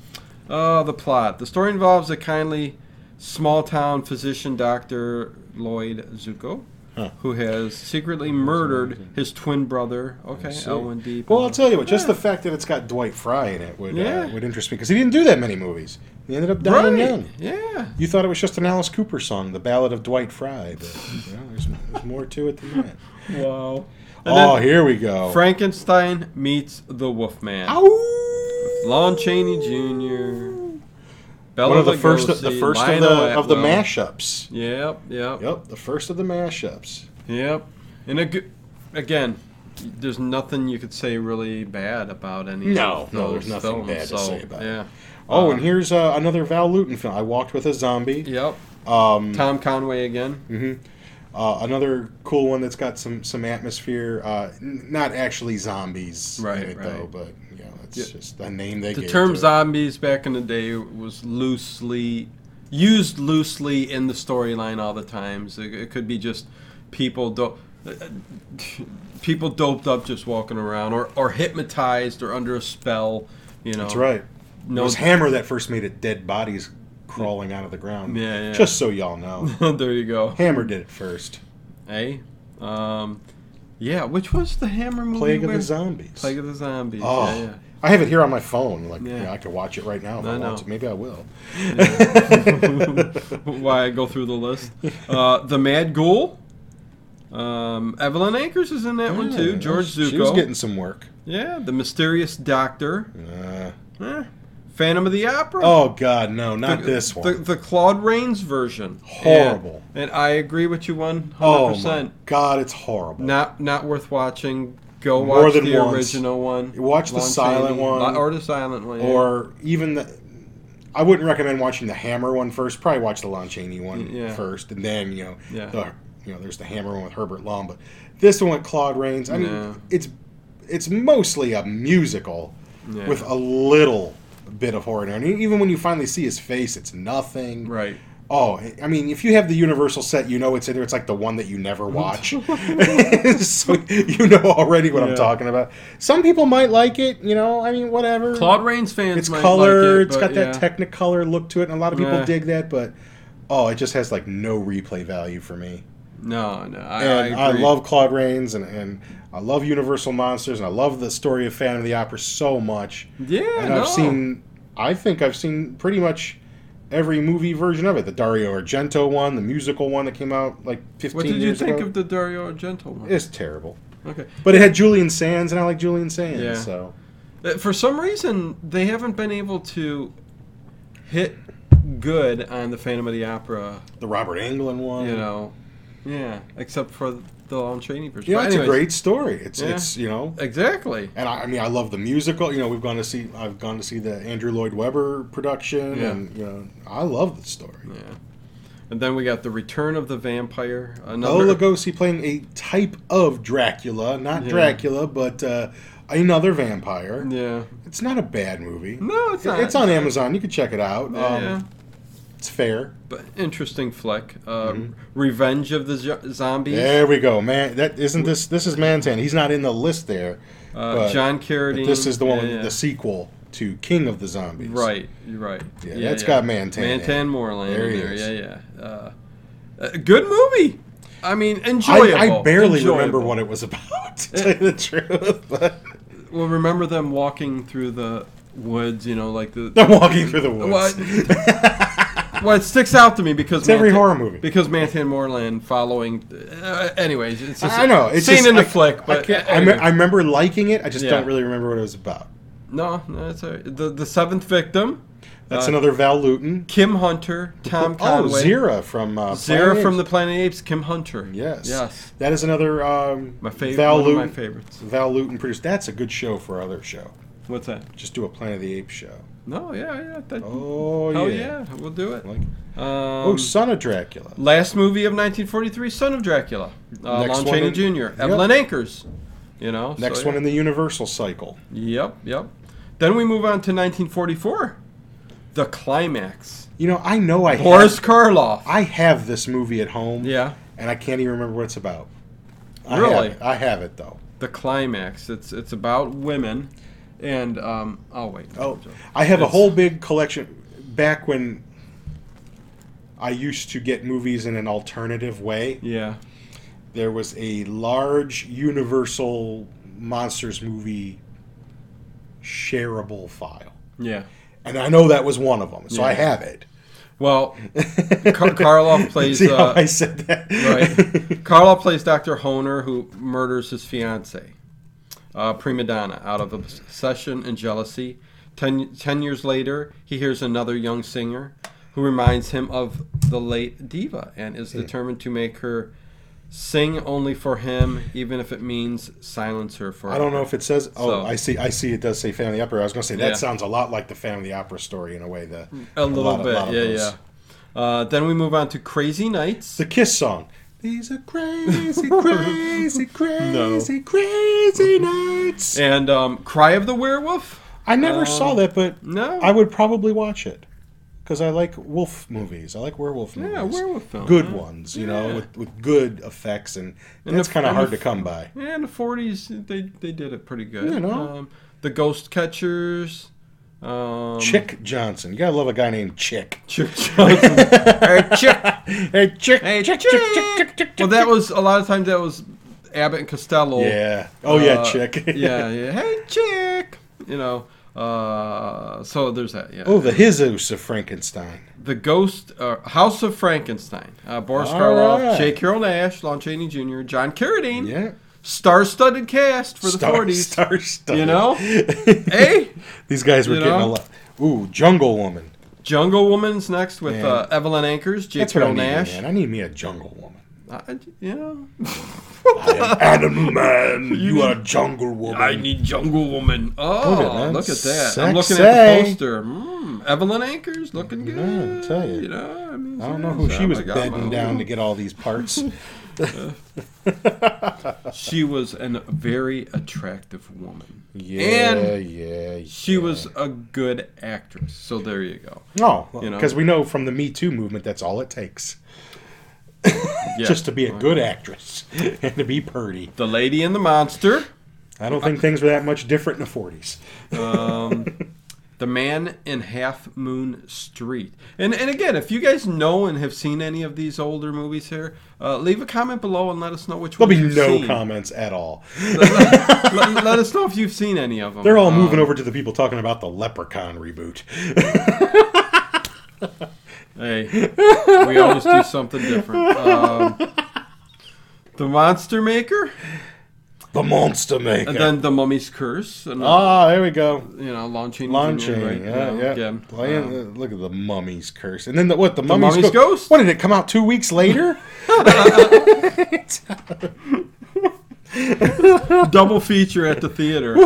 Uh, the plot. The story involves a kindly small town physician, Dr. Lloyd Zuko, Huh. who has secretly murdered his twin brother. Okay, see. Elwin Deep. well, I'll tell you what. Just Yeah. the fact that it's got Dwight Fry in it would uh, Yeah. would interest me because he didn't do that many movies. He ended up dying Right. young. Yeah. You thought it was just an Alice Cooper song, "The Ballad of Dwight Fry," but you know, there's, there's more to it than that. Wow. And Oh, then here we go. Frankenstein meets the Wolfman. Ow! Lon Chaney Jr. Bela One of the Lugosi, first, the first of Lionel the of the Atwell. mashups. Yep, yep, yep. Yep, the first of the mashups. And a good, again, there's nothing you could say really bad about any. No, of no, there's those films, nothing bad to so, say about it. yeah. Oh, Uh, and here's uh, another Val Luton film. I walked with a zombie. Yep. Um, Tom Conway again. Uh, another cool one that's got some some atmosphere. Uh, n- not actually zombies, Right, in it, right. though, but you know, it's Yeah. just a name they The gave. term to it. zombies back in the day was loosely used loosely in the storyline all the times. It, it could be just people do- people doped up just walking around, or or hypnotized, or under a spell. You know, That's right. it No, was Hammer that first made it dead bodies crawling out of the ground. Yeah, yeah. Just so y'all know, there you go. Hammer did it first. Hey, um, yeah. Which was the Hammer movie? Plague of where- the Zombies. Plague of the Zombies. oh, Yeah, yeah. I have it here on my phone. Like, Yeah. you know, I could watch it right now if I I, want know. to. Maybe I will. why I go through the list. Uh, the Mad Ghoul. Um, Evelyn Akers is in that one too. Yeah, George she was- Zuko. She was getting some work. yeah, the Mysterious Doctor. Uh, Eh. Phantom of the Opera. oh God, no, The- not this one. The, the Claude Rains version. Horrible. And, and I agree with you one hundred oh my percent. God, it's horrible. Not not worth watching. Go More watch than the once. original one. Watch the silent one. Lo- or the silent one. yeah. or even the. I wouldn't recommend watching the Hammer one first. Probably watch the Lon Chaney one first, Yeah. and then you know Yeah. the you know there's the Hammer one with Herbert Lom, but this one with Claude Rains. I mean, Yeah. it's it's mostly a musical Yeah. with a little bit of horror. in it. And even when you finally see his face, it's nothing. right. Oh, I mean, if you have the Universal set, you know it's in there. It's like the one that you never watch, so you know already what I'm Yeah. talking about. Some people might like it, you know. I mean, whatever. Claude Rains fans. it's might color. Like it, it's but got yeah. that Technicolor look to it, and a lot of people Yeah. dig that. But oh, it just has like no replay value for me. No, no, I, I, And I, agree. love Claude Rains, and, and I love Universal Monsters, and I love the story of Phantom of the Opera so much. Yeah, and no. I've seen, I think I've seen pretty much every movie version of it. The Dario Argento one, the musical one that came out like 15 What did you years think ago. of the Dario Argento one? It's terrible, Okay, but it had Julian Sands, and I like Julian Sands. Yeah. So Uh, for some reason they haven't been able to hit good on the Phantom of the Opera. the Robert Englund one, You know, yeah, except for the Lon Chaney version. yeah, But it's a anyways, great story. It's Yeah. it's you know Exactly. and I, I mean, I love the musical. You know, we've gone to see, I've gone to see the Andrew Lloyd Webber production, Yeah. and you know, I love the story. Yeah. And then we got the Return of the Vampire. Another. Bela Lugosi playing a type of Dracula, not Yeah. Dracula, but uh, another vampire. yeah. It's not a bad movie. No, it's not. It's on Amazon. You can check it out. Yeah. um, It's fair. But interesting flick. Uh, Revenge of the Zo- Zombies. Mm-hmm. There we go, man. That isn't this. This is Mantan. He's not in the list there. uh, but- John but Carradine. this is the one, Yeah, yeah. the sequel to King of the Zombies. Right, you're right. Yeah, that's that's got Mantan in it. Mantan Moreland. There in he there. is. Yeah, yeah. Uh, a good movie. I mean, I, enjoyable. I barely remember enjoyable. what it was about, to tell you the truth. But Well, remember them walking through the woods, you know, like the. they're walking through the woods. What? well, it sticks out to me because It's every horror movie. Because Mantan Moreland following. Uh, anyways, it's just I know. It's seen just, in the I- flick, but uh, I, can't, I, me- anyway. I remember liking it. I just Yeah. don't really remember what it was about. no, no, it's all right. the the seventh victim. That's Uh, another Val Luton. Kim Hunter, Tom oh, Conway, Zira from uh, Zira Planet from Apes. the Planet of the Apes. Kim Hunter. Yes. Yes. That is another um, My favorite. Val one of Luton. my favorites. Val Luton produced. That's a good show for our other show. What's that? Just do a Planet of the Apes show. No, yeah, yeah. That, oh, Oh, yeah. yeah. we'll do it. Like, Um, oh, Son of Dracula. Last movie of 1943, Son of Dracula. Uh, Next Lon one Chaney in- Jr. Yep. Evelyn Anchors. You know. Next so, one yeah. in the Universal cycle. Yep, yep. Then we move on to 1944, the climax. You know, I know I Boris have, Karloff. I have this movie at home. yeah, And I can't even remember what it's about. I Really? Have it. I have it though. the climax. It's it's about women, and um. Oh wait. Oh, I have a It's- whole big collection. Back when I used to get movies in an alternative way, Yeah. there was a large Universal monsters movie shareable file, Yeah. and I know that was one of them. So I Yeah. have it. Well, Kar- Karloff plays. See how uh, I said that? right. Karloff plays Dr. Honer, who murders his fiancee, uh, prima donna, out of obsession and jealousy. Ten, ten years later, he hears another young singer who reminds him of the late diva and is determined to make her sing only for him, even if it means silence her for I don't know if it says. Oh, So- I see. I see. It does say Family Opera. I was going to say that Yeah. sounds a lot like the Family Opera story in a way. The a little lot of- bit. lot of yeah, those. yeah. Uh, then we move on to Crazy Nights. the Kiss song. These are crazy, crazy, crazy, crazy nights. and um, Cry of the Werewolf. I never Um, saw that, but No. I would probably watch it because I like wolf movies. I like werewolf movies. yeah, werewolf film. Good yeah. ones, you Yeah. know, with, with good effects, and, And that's the- kind of and the- hard to come by. Yeah, in the forties, they they did it pretty good. You know. um, the Ghost Catchers, um, Chick Johnson, you gotta love a guy named Chick. Chick Johnson. Hey, Chick. Hey, Chick. Hey, Chick, Chick. Chick, Chick, Chick, Chick, Well, that was a lot of times. That was Abbott and Costello. Yeah. Oh yeah, Uh, Chick. yeah, yeah. Hey, Chick. You know. Uh, so there's that. Yeah. Oh, the Jesus of Frankenstein. The Ghost uh, House of Frankenstein. Uh, Boris All Karloff, right. J. Carroll Nash, Lon Chaney Jr., John Carradine. Yeah. Star-studded cast for the Star- 40s. Star-studded. You know? Hey. These guys were You getting know? a lot. Ooh, Jungle Woman. Jungle Woman's next with Man. uh, Evelyn Anchors, J. That's what I Carroll need, Nash. man. I need me a Jungle Woman. I, you know, I am Animal Man. You, need- are Jungle Woman. I need Jungle Woman. Oh, man. look at that! I'm looking at the Sexy. poster. Mm, Evelyn Anchors looking good. Yeah, I tell you. know, I, mean, I don't know yes, who she oh was my God, bedding my- down to get all these parts. She was a very attractive woman. yeah, And yeah, She yeah. was a good actress. So there you go. No, you know. because we know from the Me Too movement that's all it takes. Yeah. Just to be a good actress and to be purdy. the lady and the monster, I don't think things were that much different in the 40s. the man in Half Moon Street, and and again, if you guys know and have seen any of these older movies here, uh, leave a comment below and let us know which There'll be ones you've no seen. comments at all. let, let- let us know if you've seen any of them. They're all moving over to the people talking about the Leprechaun reboot. Uh, Hey, we always do something different. Um, the Monster Maker, The Monster Maker. and then the Mummy's Curse, and ah, there we go. you know, Lon Chaney. Jr., Launching, right? yeah, You know, yeah. again, Playing, um, uh, look at the mummy's curse, and then the, what? The mummy's, Mummy's Go- Ghost? What did it come out two weeks later? double feature at the theater.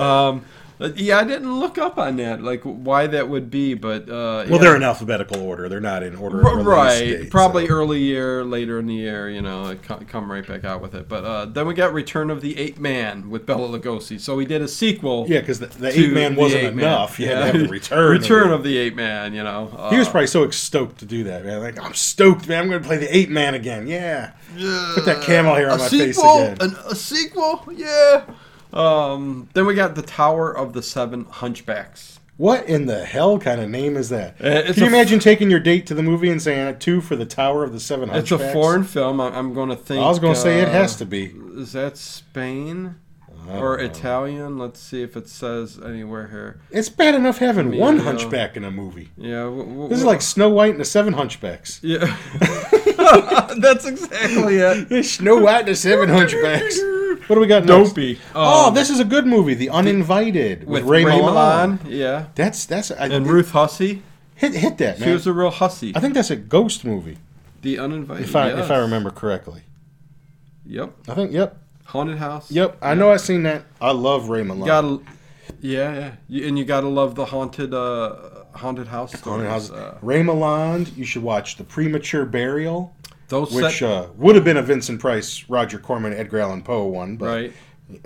Um, Uh, yeah, I didn't look up on that, like why that would be, but uh, Well, yeah. they're in alphabetical order. They're not in order of R- release right date, probably so- early year later in the year you know it co- come right back out with it but uh, then we got return of the ape man with bella lugosi so we did a sequel Yeah, because the, the to eight man The wasn't Ape Man. enough. You had to have the return. return of the ape man you know uh, He was probably so stoked to do that, man. Like, I'm stoked, man. I'm going to play the ape man again. Yeah. Put that camel hair on a my face sequel again. An, a sequel yeah um, then we got the tower of the seven hunchbacks What in the hell kind of name is that? Uh, it's Can you a- imagine taking your date to the movie and saying uh, two for the Tower of the Seven it's Hunchbacks? a foreign film I, i'm going to think I was going to say it uh, has to be. is that spain I don't or know. italian let's see if it says anywhere here It's bad enough having Yeah. one hunchback in a movie. yeah w- w- This is w- like Snow White and the Seven Hunchbacks. Yeah. That's exactly it. Snow White and the Seven Hunchbacks. What do we got next? Dopey. oh, Um, this is a good movie, The Uninvited, with, Ray, Milland. Yeah. That's that's I, And Ruth Hussey. hit hit that She man. was a real hussy. I think that's a ghost movie, The uninvited. if I if I yes. remember correctly. Yep. I think yep Haunted House. yep. I know I seen that. I love Ray Milland. Gotta. Yeah, yeah. You, and you gotta love the haunted, uh, haunted house Tony stories. Houses. Uh, Ray Milland, you should watch The Premature Burial, those which set, uh, would have been a Vincent Price, Roger Corman, Edgar Allan Poe one, but right.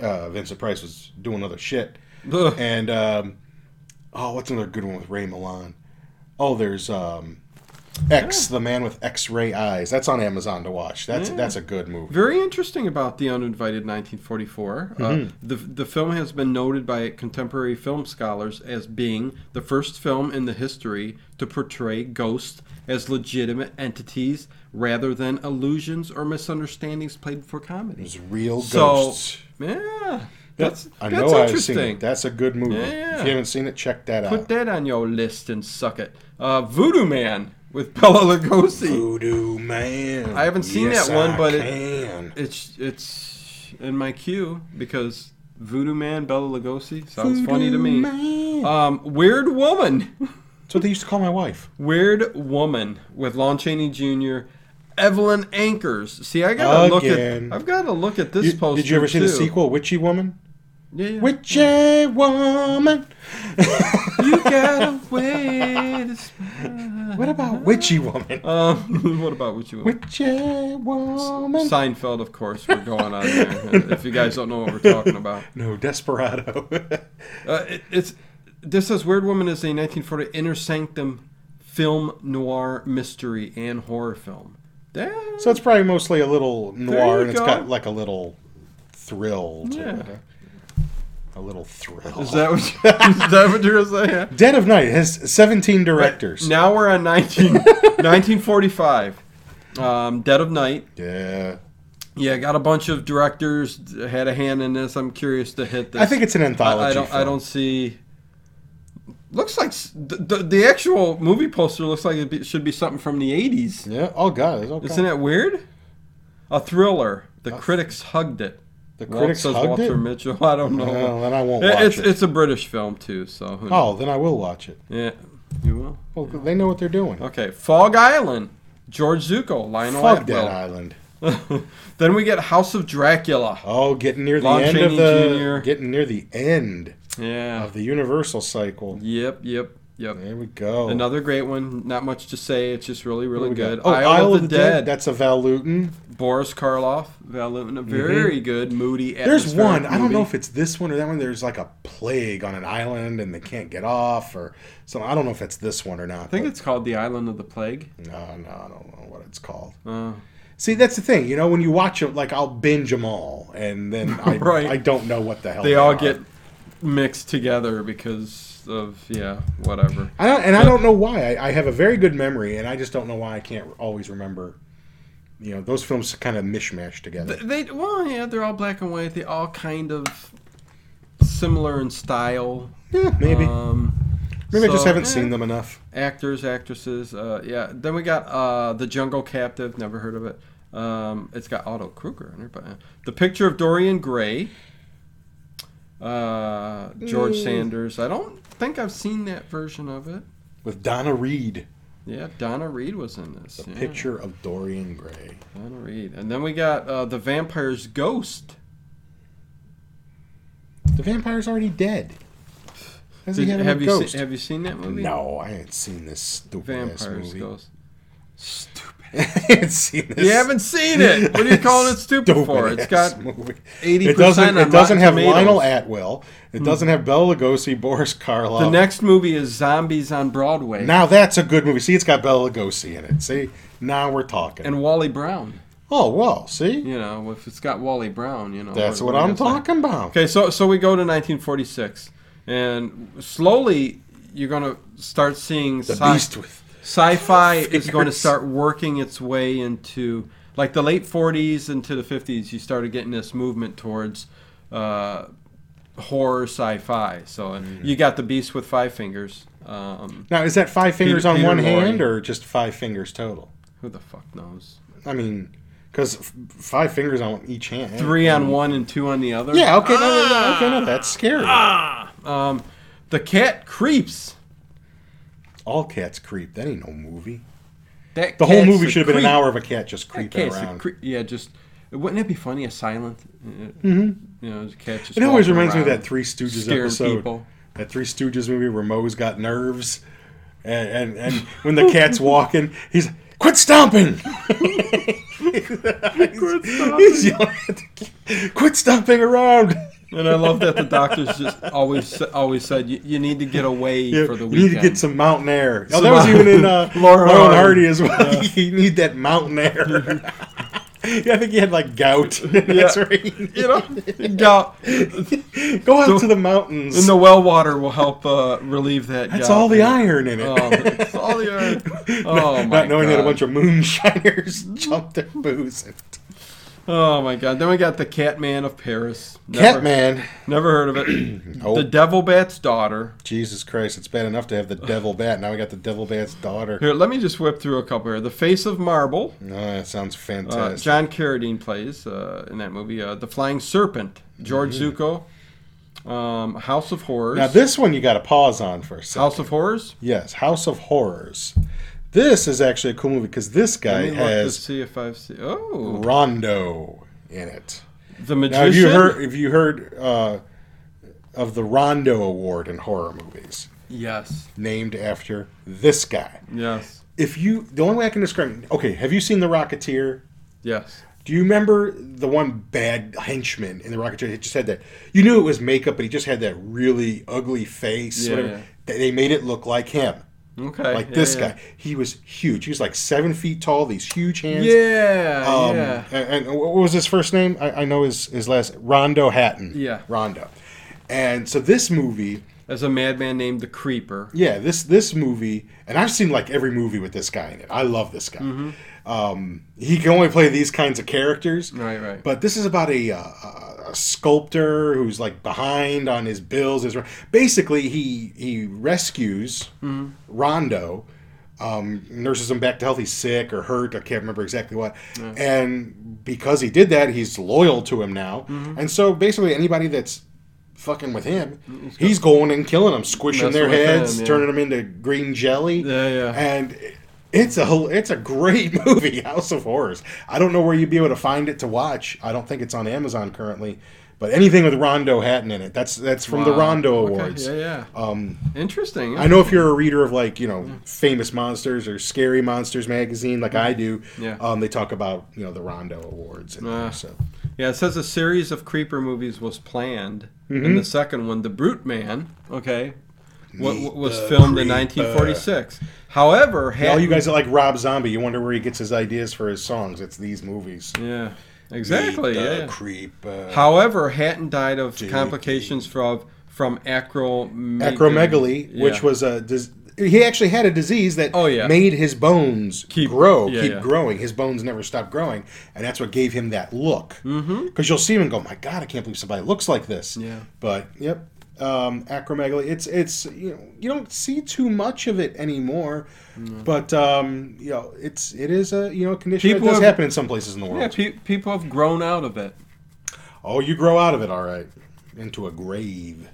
uh, Vincent Price was doing other shit. Ugh. And um, oh, what's another good one with Ray Milland? Oh, there's um, X, the man with X-ray eyes. That's on Amazon to watch. That's Yeah. that's a good movie. Very interesting about the uninvited 1944. Uh, Mm-hmm. the the film has been noted by contemporary film scholars as being the first film in the history to portray ghosts as legitimate entities rather than illusions or misunderstandings played for comedy. There's real So- ghosts. Yeah, that's I that's know I've seen interesting. it. That's a good movie. Yeah. If you haven't seen it, check that out. Put that on your list and suck it. Uh, Voodoo Man with Bela Lugosi. Voodoo Man. I haven't seen Yes, that one, I but it- can. It's it's in my queue because Voodoo Man, Bela Lugosi sounds funny to me. Um, Weird Woman. That's what they used to call my wife. Weird Woman with Lon Chaney Jr., Evelyn Anchors. See, I gotta Again. look at. I've gotta look at this You- poster. did you ever see the too. sequel, Witchy Woman? Yeah, yeah. Witchy Woman. you gotta wait. a- What about Witchy Woman? Um, what about what you? Witchy Woman. Seinfeld, of course. We're going on there. if you guys don't know what we're talking about, No, Desperado. uh, it, it's this says Weird Woman is a 1940 inner sanctum film noir mystery and horror film. Damn. so it's probably mostly a little There you noir, and it's go. got like a little thrill to Yeah. it. A little thrill. is that what you, is that what you're saying? Dead of Night has 17 directors. Now we're on 19, 1945. Um, Dead of Night. Yeah. Yeah, got a bunch of directors d- had a hand in this. I'm curious to hit this. I think it's an anthology. I, I don't. I film. don't see. Looks like s- the, the, the actual movie poster looks like it be, should be something from the 80s. Yeah. Oh God. it's okay. Uh, Isn't it weird? A thriller. The critics hugged it. The Walt critics says hugged Walter it. Mitchell. I don't know. Well, then I won't It- watch it's it. it's a British film too, so who- Oh, then I will watch it. yeah, you will. Well, they know what they're doing. Okay, Fog Island. George Zuko, Lionel Fuck Atwell. Dead Island. then we get House of Dracula. Oh, getting near the Lon end Chaney of the Jr.. getting near the end Yeah. of the Universal cycle. Yep, yep, yep. There we go. Another great one. Not much to say. It's just really, What do really we got? good. Oh, Isle, of the, Dead. That's a Val Luton. Boris Karloff, Val Luton. A very good, moody. Mm-hmm. There's atmospheric one. I don't know movie. if it's this one or that one. There's like a plague on an island and they can't get off or so. I don't know if it's this one or not. I think it's called The Island of the Plague. no, no. I don't know what it's called. Uh, See, that's the thing. You know, when you watch them, like I'll binge them all, and then I, Right. I don't know what the hell they all are. get mixed together because of yeah, whatever. I don't, and I don't know why. I, I have a very good memory, and I just don't know why I can't always remember. You know, those films kind of mishmash together. They well, yeah, they're all black and white. They all kind of similar in style. yeah, maybe. Um, maybe I just so, haven't eh. seen them enough. actors, actresses. Uh, yeah. Then we got uh, the Jungle Captive. Never heard of it. Um, it's got Otto Kruger in it, but uh, the picture of Dorian Gray. Uh, George Mm. Sanders. I don't think I've seen that version of it. With Donna Reed, Yeah, Donna Reed was in this. the yeah, picture of Dorian Gray. Donna Reed, and then we got uh, the Vampire's Ghost. The vampire's already dead. Has Did- he had him have in you Ghost? seen, have you seen that movie? no, I ain't seen this stupid ass Vampires movie. Ghost. Stupid. I ain't seen this. You haven't seen it. What are you calling it stupid, for? It's Stupid-ass got movie. 80% It doesn't. on It doesn't Rotten have Tomatoes. Hmm. Lionel Atwill. It doesn't have Bela Lugosi, Boris Karloff. The next movie is Zombies on Broadway now that's a good movie. See, it's got Bela Lugosi in it. See, now we're talking. and Wally Brown. oh well, see, You know, if it's got Wally Brown, you know. that's what, are you I'm gonna say? talking about. Okay, so so we go to 1946, and slowly you're going to start seeing The sci- Beast with sci-fi is going to fingers. start working its way into like the late 40s into the 50s. You started getting this movement towards uh, horror sci-fi. So Mm-hmm. you got the Beast with Five Fingers. Um, now is that five fingers on Peter one Lorre. hand or just five fingers total? who the fuck knows? I mean, because f- five fingers on each hand. Three Ah. on one and two on the other. Mm-hmm. Yeah. Okay. no, no, no, okay. No, that's scary. Um, the cat creeps. All cats creep. That ain't no movie. That The whole cat's movie a should have been creep. an hour of a cat just That creeping cat's a around. cre- yeah, just wouldn't it be funny a silent? Uh, You know, the cat just Mm-hmm. It always walking reminds me of around, that Three Stooges scaring episode. people. That Three Stooges movie where Moe's got nerves, and and, and when the cat's walking, he's like, quit stomping. quit stomping. He's yelling at the kid, quit stomping around. And I love that the doctors just always always said you, you need to get away Yeah, for the you need weekend. to get some mountain air. Oh, Some that was mountain- even in uh, Laurel Laurel, Hardy. and Hardy as well. you need that mountain air. yeah, I think he had like gout. That's right. you know, gout and Go out So- to the mountains. the well water will help uh, relieve that. That's gout. all the iron in it. Oh, it's all the iron. Oh not, my not knowing god! that a bunch of moonshiners jumped their booze. oh my god! Then we got the Catman of Paris. Never- Catman. Never heard of it. Oh. The Devil Bat's daughter. Jesus Christ, it's bad enough to have the devil bat. Now we got the devil bat's daughter. Here, let me just whip through a couple here. The Face of Marble. Oh, that sounds Uh, fantastic. John Carradine plays uh, in that movie. Uh, the Flying Serpent. George Zuko. Um, House of Horrors. Mm-hmm. now this one you got to pause on for a second. House of Horrors. yes, House of Horrors. This is actually a cool movie because this Let guy me look to has see if I've seen. Oh, Rondo in it. the Now, have you magician. heard? Have you heard uh, of the Rondo Award in horror movies? Yes, Named after this guy. yes, if you the only way I can describe okay, have you seen The Rocketeer? yes. Do you remember the one bad henchman in The Rocketeer? He just had that. You knew it was makeup, but he just had that really ugly face. Yeah, whatever. yeah. They- They made it look like him, Okay, like yeah, this yeah. guy. He was huge. He was like seven feet tall. These huge hands. Yeah, Um, yeah. And, and what was his first name? I, I know his his last Rondo Hatton. Yeah. Rondo. And so this movie. As a madman named the Creeper. Yeah, this this movie, and I've seen like every movie with this guy in it. I love this guy. Mm-hmm. Um, he can only play these kinds of characters, Right, right. But this is about a, uh, a- a sculptor who's like behind on his bills. His basically he he rescues Hmm. Rondo, um, nurses him back to health. He's sick or hurt. I can't remember exactly what. And because he did that, he's loyal to him now. Mm-hmm. And so basically, anybody that's fucking with him, he's going and killing them, squishing Messing their with heads, him, yeah. turning them into green jelly. Yeah, yeah. And it's a hel- it's a great movie, House of Horrors. I don't know where you'd be able to find it to watch. I don't think it's on Amazon currently. But anything with Rondo Hatton in it, that's that's from the Wow. Rondo Okay, Awards. Yeah, yeah. Um, Interesting. I know if you're a reader of like you know famous monsters or scary monsters magazine, like I do, Yeah. um, they talk about you know the Rondo Awards. And Ah. so Yeah, it says a series of Creeper movies was planned, and the second one, The Brute Man, okay, wa- wa- Mm-hmm. Meet was the filmed in Creeper. 1946. However, Yeah, all you Hatton- guys that like Rob Zombie, you wonder where he gets his ideas for his songs. It's these movies. Yeah, exactly. Meet the uh, yeah. Uh, Creeper. However, Hatton died of Jiggy. complications from from acromegaly, acromegaly, which Yeah. was a dis- he actually had a disease that Oh, yeah. made his bones Keep- grow, yeah, keep yeah. growing. His bones never stopped growing, and that's what gave him that look. Because mm-hmm. you'll see him and go, "My God, I can't believe somebody looks like this." Yeah. But yep, um, acromegaly. It's it's you know you don't see too much of it anymore, Mm. but um, you know it's it is a you know a condition People that does have- happen in some places in the world. Yeah, pe- people have grown out of it. Oh, you grow out of it, all right, into a grave.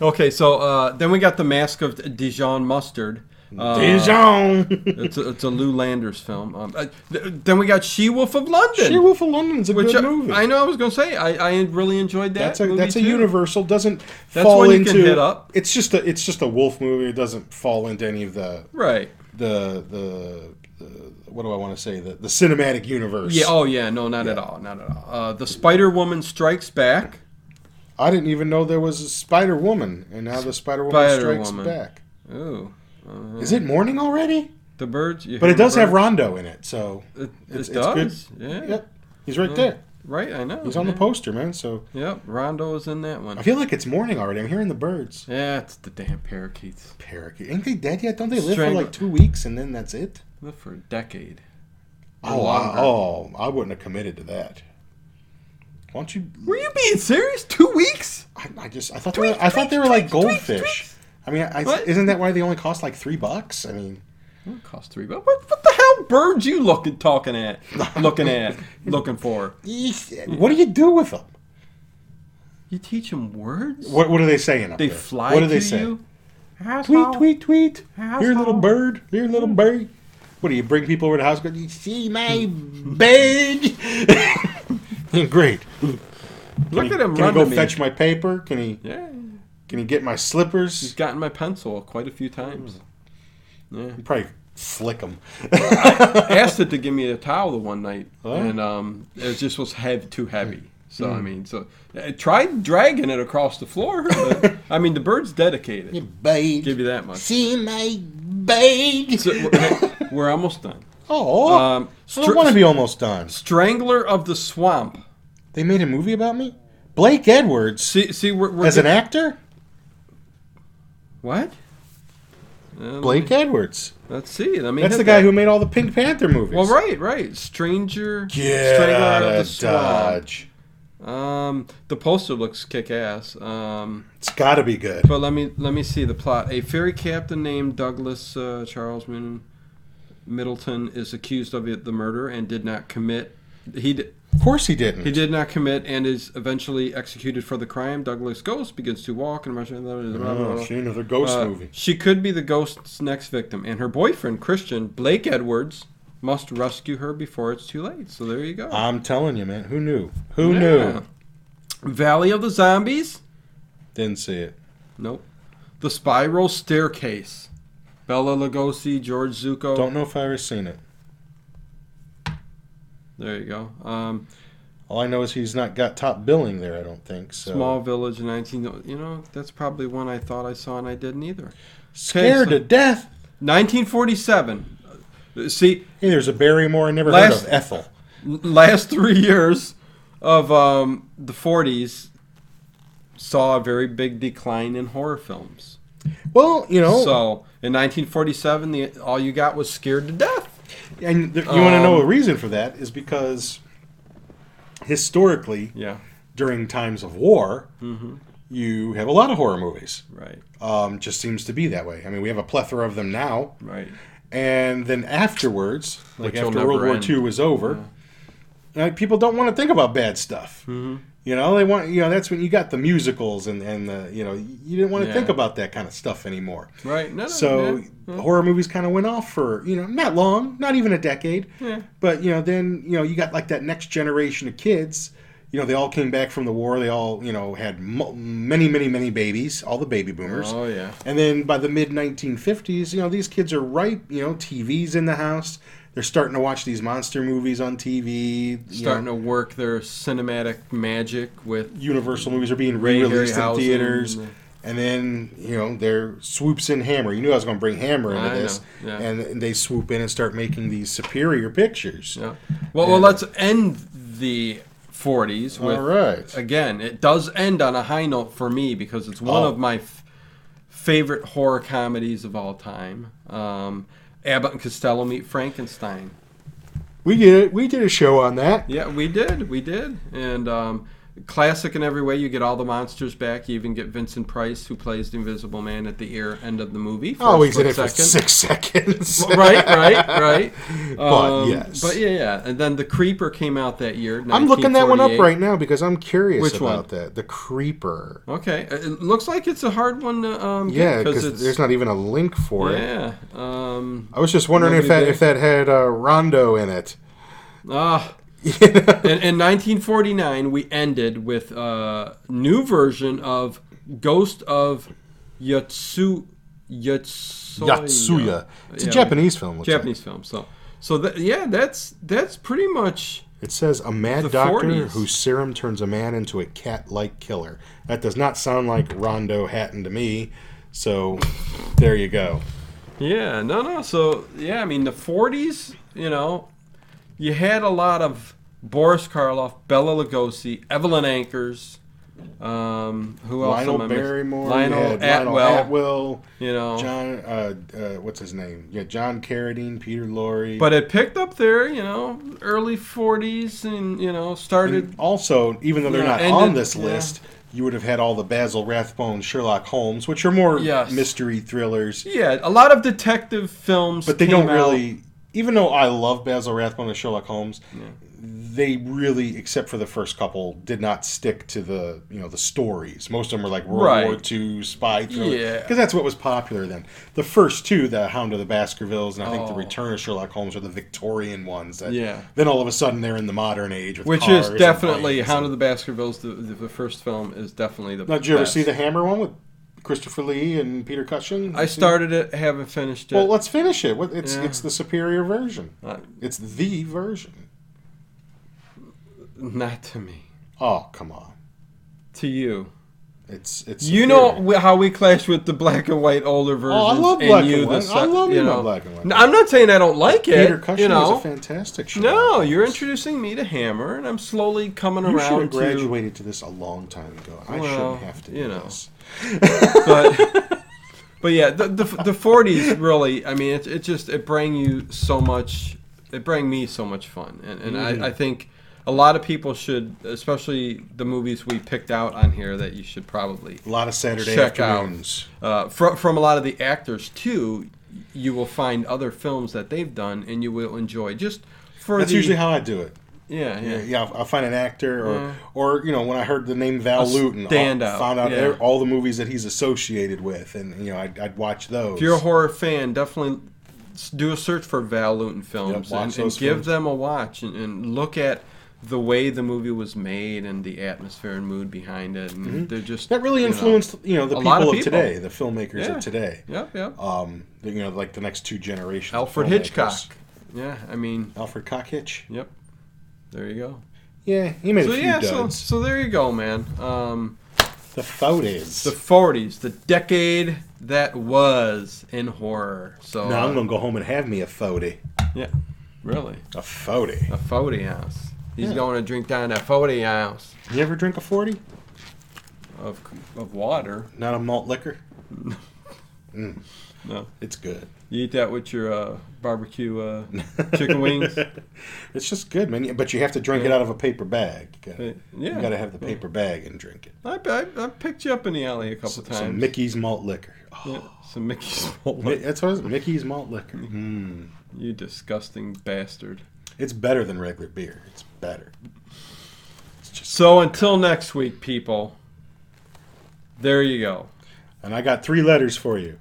Okay, so uh, then we got the Mask of Dijon Mustard, Uh, Dijon. it's, a, it's a Lou Landers film. Um, uh, th- then we got She Wolf of London. She Wolf of London's a which good I- movie. I know I was going to say I, I really enjoyed that. that's a movie that's a too. universal doesn't That's fall one you into can hit up. it's just a it's just a wolf movie it doesn't fall into any of the Right. the the, the what do I want to say the the cinematic universe Yeah. Oh, yeah. No, not at all. Not at all. Uh, the Spider Woman Strikes Back. I didn't even know there was a Spider Woman and now the Spider Woman strikes Spider-Woman. Mm-hmm. back Ooh. Uh, is it morning already the birds. you but hear it the does have birds? Rondo in it so It, it it's- it's does. Yeah. yep he's right there Right. I know. he's on the yeah. poster man so Yep. Rondo is in that I one. feel like it's morning already I'm hearing the birds Yeah, it's the damn parakeets. parakeet ain't they dead yet don't they live Strangle- for like two weeks and then that's it Lived for a decade. Or Oh, I, longer. oh, I wouldn't have committed to that. Why don't you? Were you being serious? Two weeks? I, I just I thought they were, I thought they were like goldfish. I mean, I, What? isn't that why they only cost like three bucks? I mean, Well, it cost three bucks. What, what the hell birds you looking talking at? Looking at? looking for? eesh, what do you do with them? You teach them words? What What are they saying? Up They there? fly What do to they say? you? Tweet, tweet, tweet. Here, little Asshole. Hmm. bird. Here, little bird. What do you bring people over to the house? Go, you see my bird? Great. Can Look he- at him Can he run go to me. fetch my paper? Can he? Yeah, Can he get my he's slippers? gotten my pencil quite a few times. Yeah, You probably flick them. I asked it to give me a towel the one night, Huh? Hmm. and um, it just was heavy, too heavy. So I mean, so I tried dragging it across the floor. But, I mean, the bird's dedicated. Bade. Give you that much. See my bade. So, we're, we're almost done. oh, Um, I don't str- want to be almost done. Strangler of the Swamp. They made a movie about me. Blake Edwards See, see, we're, we're as an actor. what? Uh, Blake Edwards. Let's see. Let me That's hit the guy that. who made all the Pink Panther movies. Well, right, right. Stranger. Get Strangler out of the of Swamp. Dodge. Um, the poster looks kick-ass. Um, It's got to be good. but let me let me see the plot. A ferry captain named Douglas uh, Charles Min- Middleton is accused of it- the murder and did not commit. He d- Of course he he didn't. did not commit and is eventually executed for the crime. Douglas Ghost begins to walk and rush. Blah, blah, blah, blah, Oh, blah. she another ghost Uh, movie. She could be the ghost's next victim, and her boyfriend Christian Blake Edwards must rescue her before it's too late. So there you go. I'm telling you, man. Who knew? Uh, Who Yeah. knew? Valley of the Zombies. Didn't see it. Nope. The Spiral Staircase. Bella Lugosi, George Zuko. Don't know if I ever seen it. There you go. Um, All I know is he's not got top billing there. I don't think so. Small Village in 19. You know, that's probably one I thought I saw and I didn't either. Scared so- to death. 1947. Uh, See, Hey, there's a Barrymore I never Last- heard of. Ethel. l- last three years of um, the 40s saw a very big decline in horror films. Well, you know, So in 1947, the all you got was Scared to Death. and th- you want to know Um, a reason for that is because historically, Yeah, Mm-hmm. during times of war, you have a lot of horror movies. right, Um, just seems to be that way. I mean, we have a plethora of them now, right. and then afterwards, like Which will after World never War end. II was over, like, people don't want to think about bad stuff. Hmm. Mm-hmm. You know, they want you know that's when you got the musicals and and the you know you didn't want to Yeah. think about that kind of stuff anymore. Right. No, no, So yeah, yeah. horror movies kind of went off for you know not long, not even a decade. Yeah. But you know then you know you got like that next generation of kids. You know they all came back from the war. They all you know had mo- many many many babies. All the baby boomers. Oh yeah. And then by the mid 1950s, you know these kids are ripe. You know TVs in the house. They're starting to watch these monster movies on TV. you know, starting to work their cinematic magic with Universal movies are being Ray re-released in Harryhausen. theaters, and then you know there swoops in Hammer. You knew I was going to bring Hammer into I this, know, yeah. and they swoop in and start making these superior pictures. yeah. Well, well, Yeah. let's end the 40s with All right, again. It does end on a high note for me because it's one Oh. of my f- favorite horror comedies of all time. Um, Abbott and Costello meet Frankenstein. we did it. We did a show on that. Yeah, we did, we did, and um, classic in every way. You get all the monsters back. You even get Vincent Price, who plays the Invisible Man at the ear end of the movie. for a Oh, he's in split it for second. six seconds. right, right, right. Um, But yes. but yeah, yeah. And then the Creeper came out that year. I'm looking that one up 1948. right now because I'm curious Which one? about that. The Creeper. Okay, Uh, it looks like it's a hard one to um, Yeah, get because it's there's not even a link for it. yeah. Um, I was just wondering if that Nobody if that had uh, Rondo in it. ah. in, in 1949, we ended with a new version of Ghost of Yatsu, Yatsuya. Yatsuya. It's a Yeah. Japanese film. looks like. Japanese film. So, so that, yeah, that's that's pretty much It says a mad The doctor 40s. whose serum turns a man into a cat-like killer. That does not sound like Rondo Hatton to me. So there you go. Yeah, no, no. So yeah, I mean the '40s. You know, you had a lot of Boris Karloff, Bella Lugosi, Evelyn Ankers. Um, who else? Lionel am I missing? Barrymore, Lionel you had Atwell. Oh. Lionel Atwell, You know, John, uh, uh, what's his name? Yeah, John Carradine, Peter Lorre. but it picked up there. You know, early '40s, and you know, started. And also, even though they're Yeah, not and on the- this yeah. list, you would have had all the Basil Rathbone, Sherlock Holmes, which are more Yes. mystery thrillers. yeah, a lot of detective films, But they came don't out. really. Even though I love Basil Rathbone and Sherlock Holmes, they really, except for the first couple, did not stick to the you know the stories. Most of them were like World Right. War II spy thrillers, Yeah. because that's what was popular then. The first two, The Hound of the Baskervilles, and I think The Oh. Return of Sherlock Holmes, are the Victorian ones. That, Yeah. Then all of a sudden they're in the modern age, with Which uh, cars is and definitely planes Hound and- of the Baskervilles. The, the, the first film is definitely the. Now, did you ever best. see the Hammer one with Christopher Lee and Peter Cushing? I started it, haven't finished it. Well, let's finish it. What- It's Yeah. it's the superior version. Uh, It's the version. not to me. Oh come on! to you. It's it's You know superior. wh- how we clash with the black and white older versions. Oh, I love and black you, and the white. se- I love you me my know. black and white. No, I'm not saying I don't like it. Peter Cushing you know. is a fantastic. show. no, you're introducing me to Hammer, and I'm slowly coming You should around have to. graduated to this a long time ago. I Well, shouldn't have to. Do you know. this. But, but yeah, the, the the 40s really. I mean, it it just it bring you so much. It bring me so much fun, and and Mm-hmm. I, I think a lot of people should, especially the movies we picked out on here, that you should probably A lot of Saturday Check out. afternoons. uh, from from a lot of the actors too. You will find other films that they've done, and you will enjoy just for That's the usually how I do it. yeah yeah. Yeah, yeah. I'll- I'll find an actor, or or you know, when I heard the name Val A Lewton, I standout, found out yeah. e- all the movies that he's associated with, and you know, I'd, I'd watch those. If you're a horror fan, definitely s- do a search for Val Lewton films and, watch and those give films. them a watch and, and look at the way the movie was made and the atmosphere and mood behind it. And they're just Mm-hmm. that really you know. influenced you know, the a people lot of, of people. today, the filmmakers Yeah. of today. Yep, yep. Um, the- you know, like the next two generations. of Alfred filmmakers. Hitchcock. Yeah, I mean, Alfred Cockhitch. yep. There you go. Yeah, he made So a few yeah, so, duds. so there you go, man. Um, The Foutes. The 40s, the decade that was in horror. So now I'm uh, gonna go home and have me a Fote. yeah, really A Fote. a 40 ounce. He's Yeah. going to drink down that 40 ounce You ever drink a forty? of of water. Not a malt liquor. Mm. No, It's good. you eat that with your uh, barbecue uh, chicken wings. It's just good, man. But you have to drink it Yeah. out of a paper bag. You gotta, Uh, yeah. you gotta have the paper bag and drink it. I, I, I picked you up in the alley a couple times. Some Mickey's malt liquor. Oh, Yeah, some Mickey's. Mi- that's what it is. Mickey's malt liquor. Mm. you disgusting bastard. It's better than regular beer. It's better. It's just. So until next week, people. There you go. And I got three letters for you.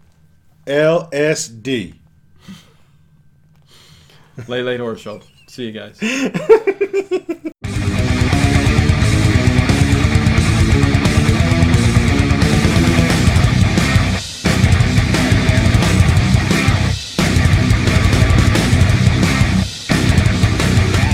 LSD. Lay late horror show. See you guys.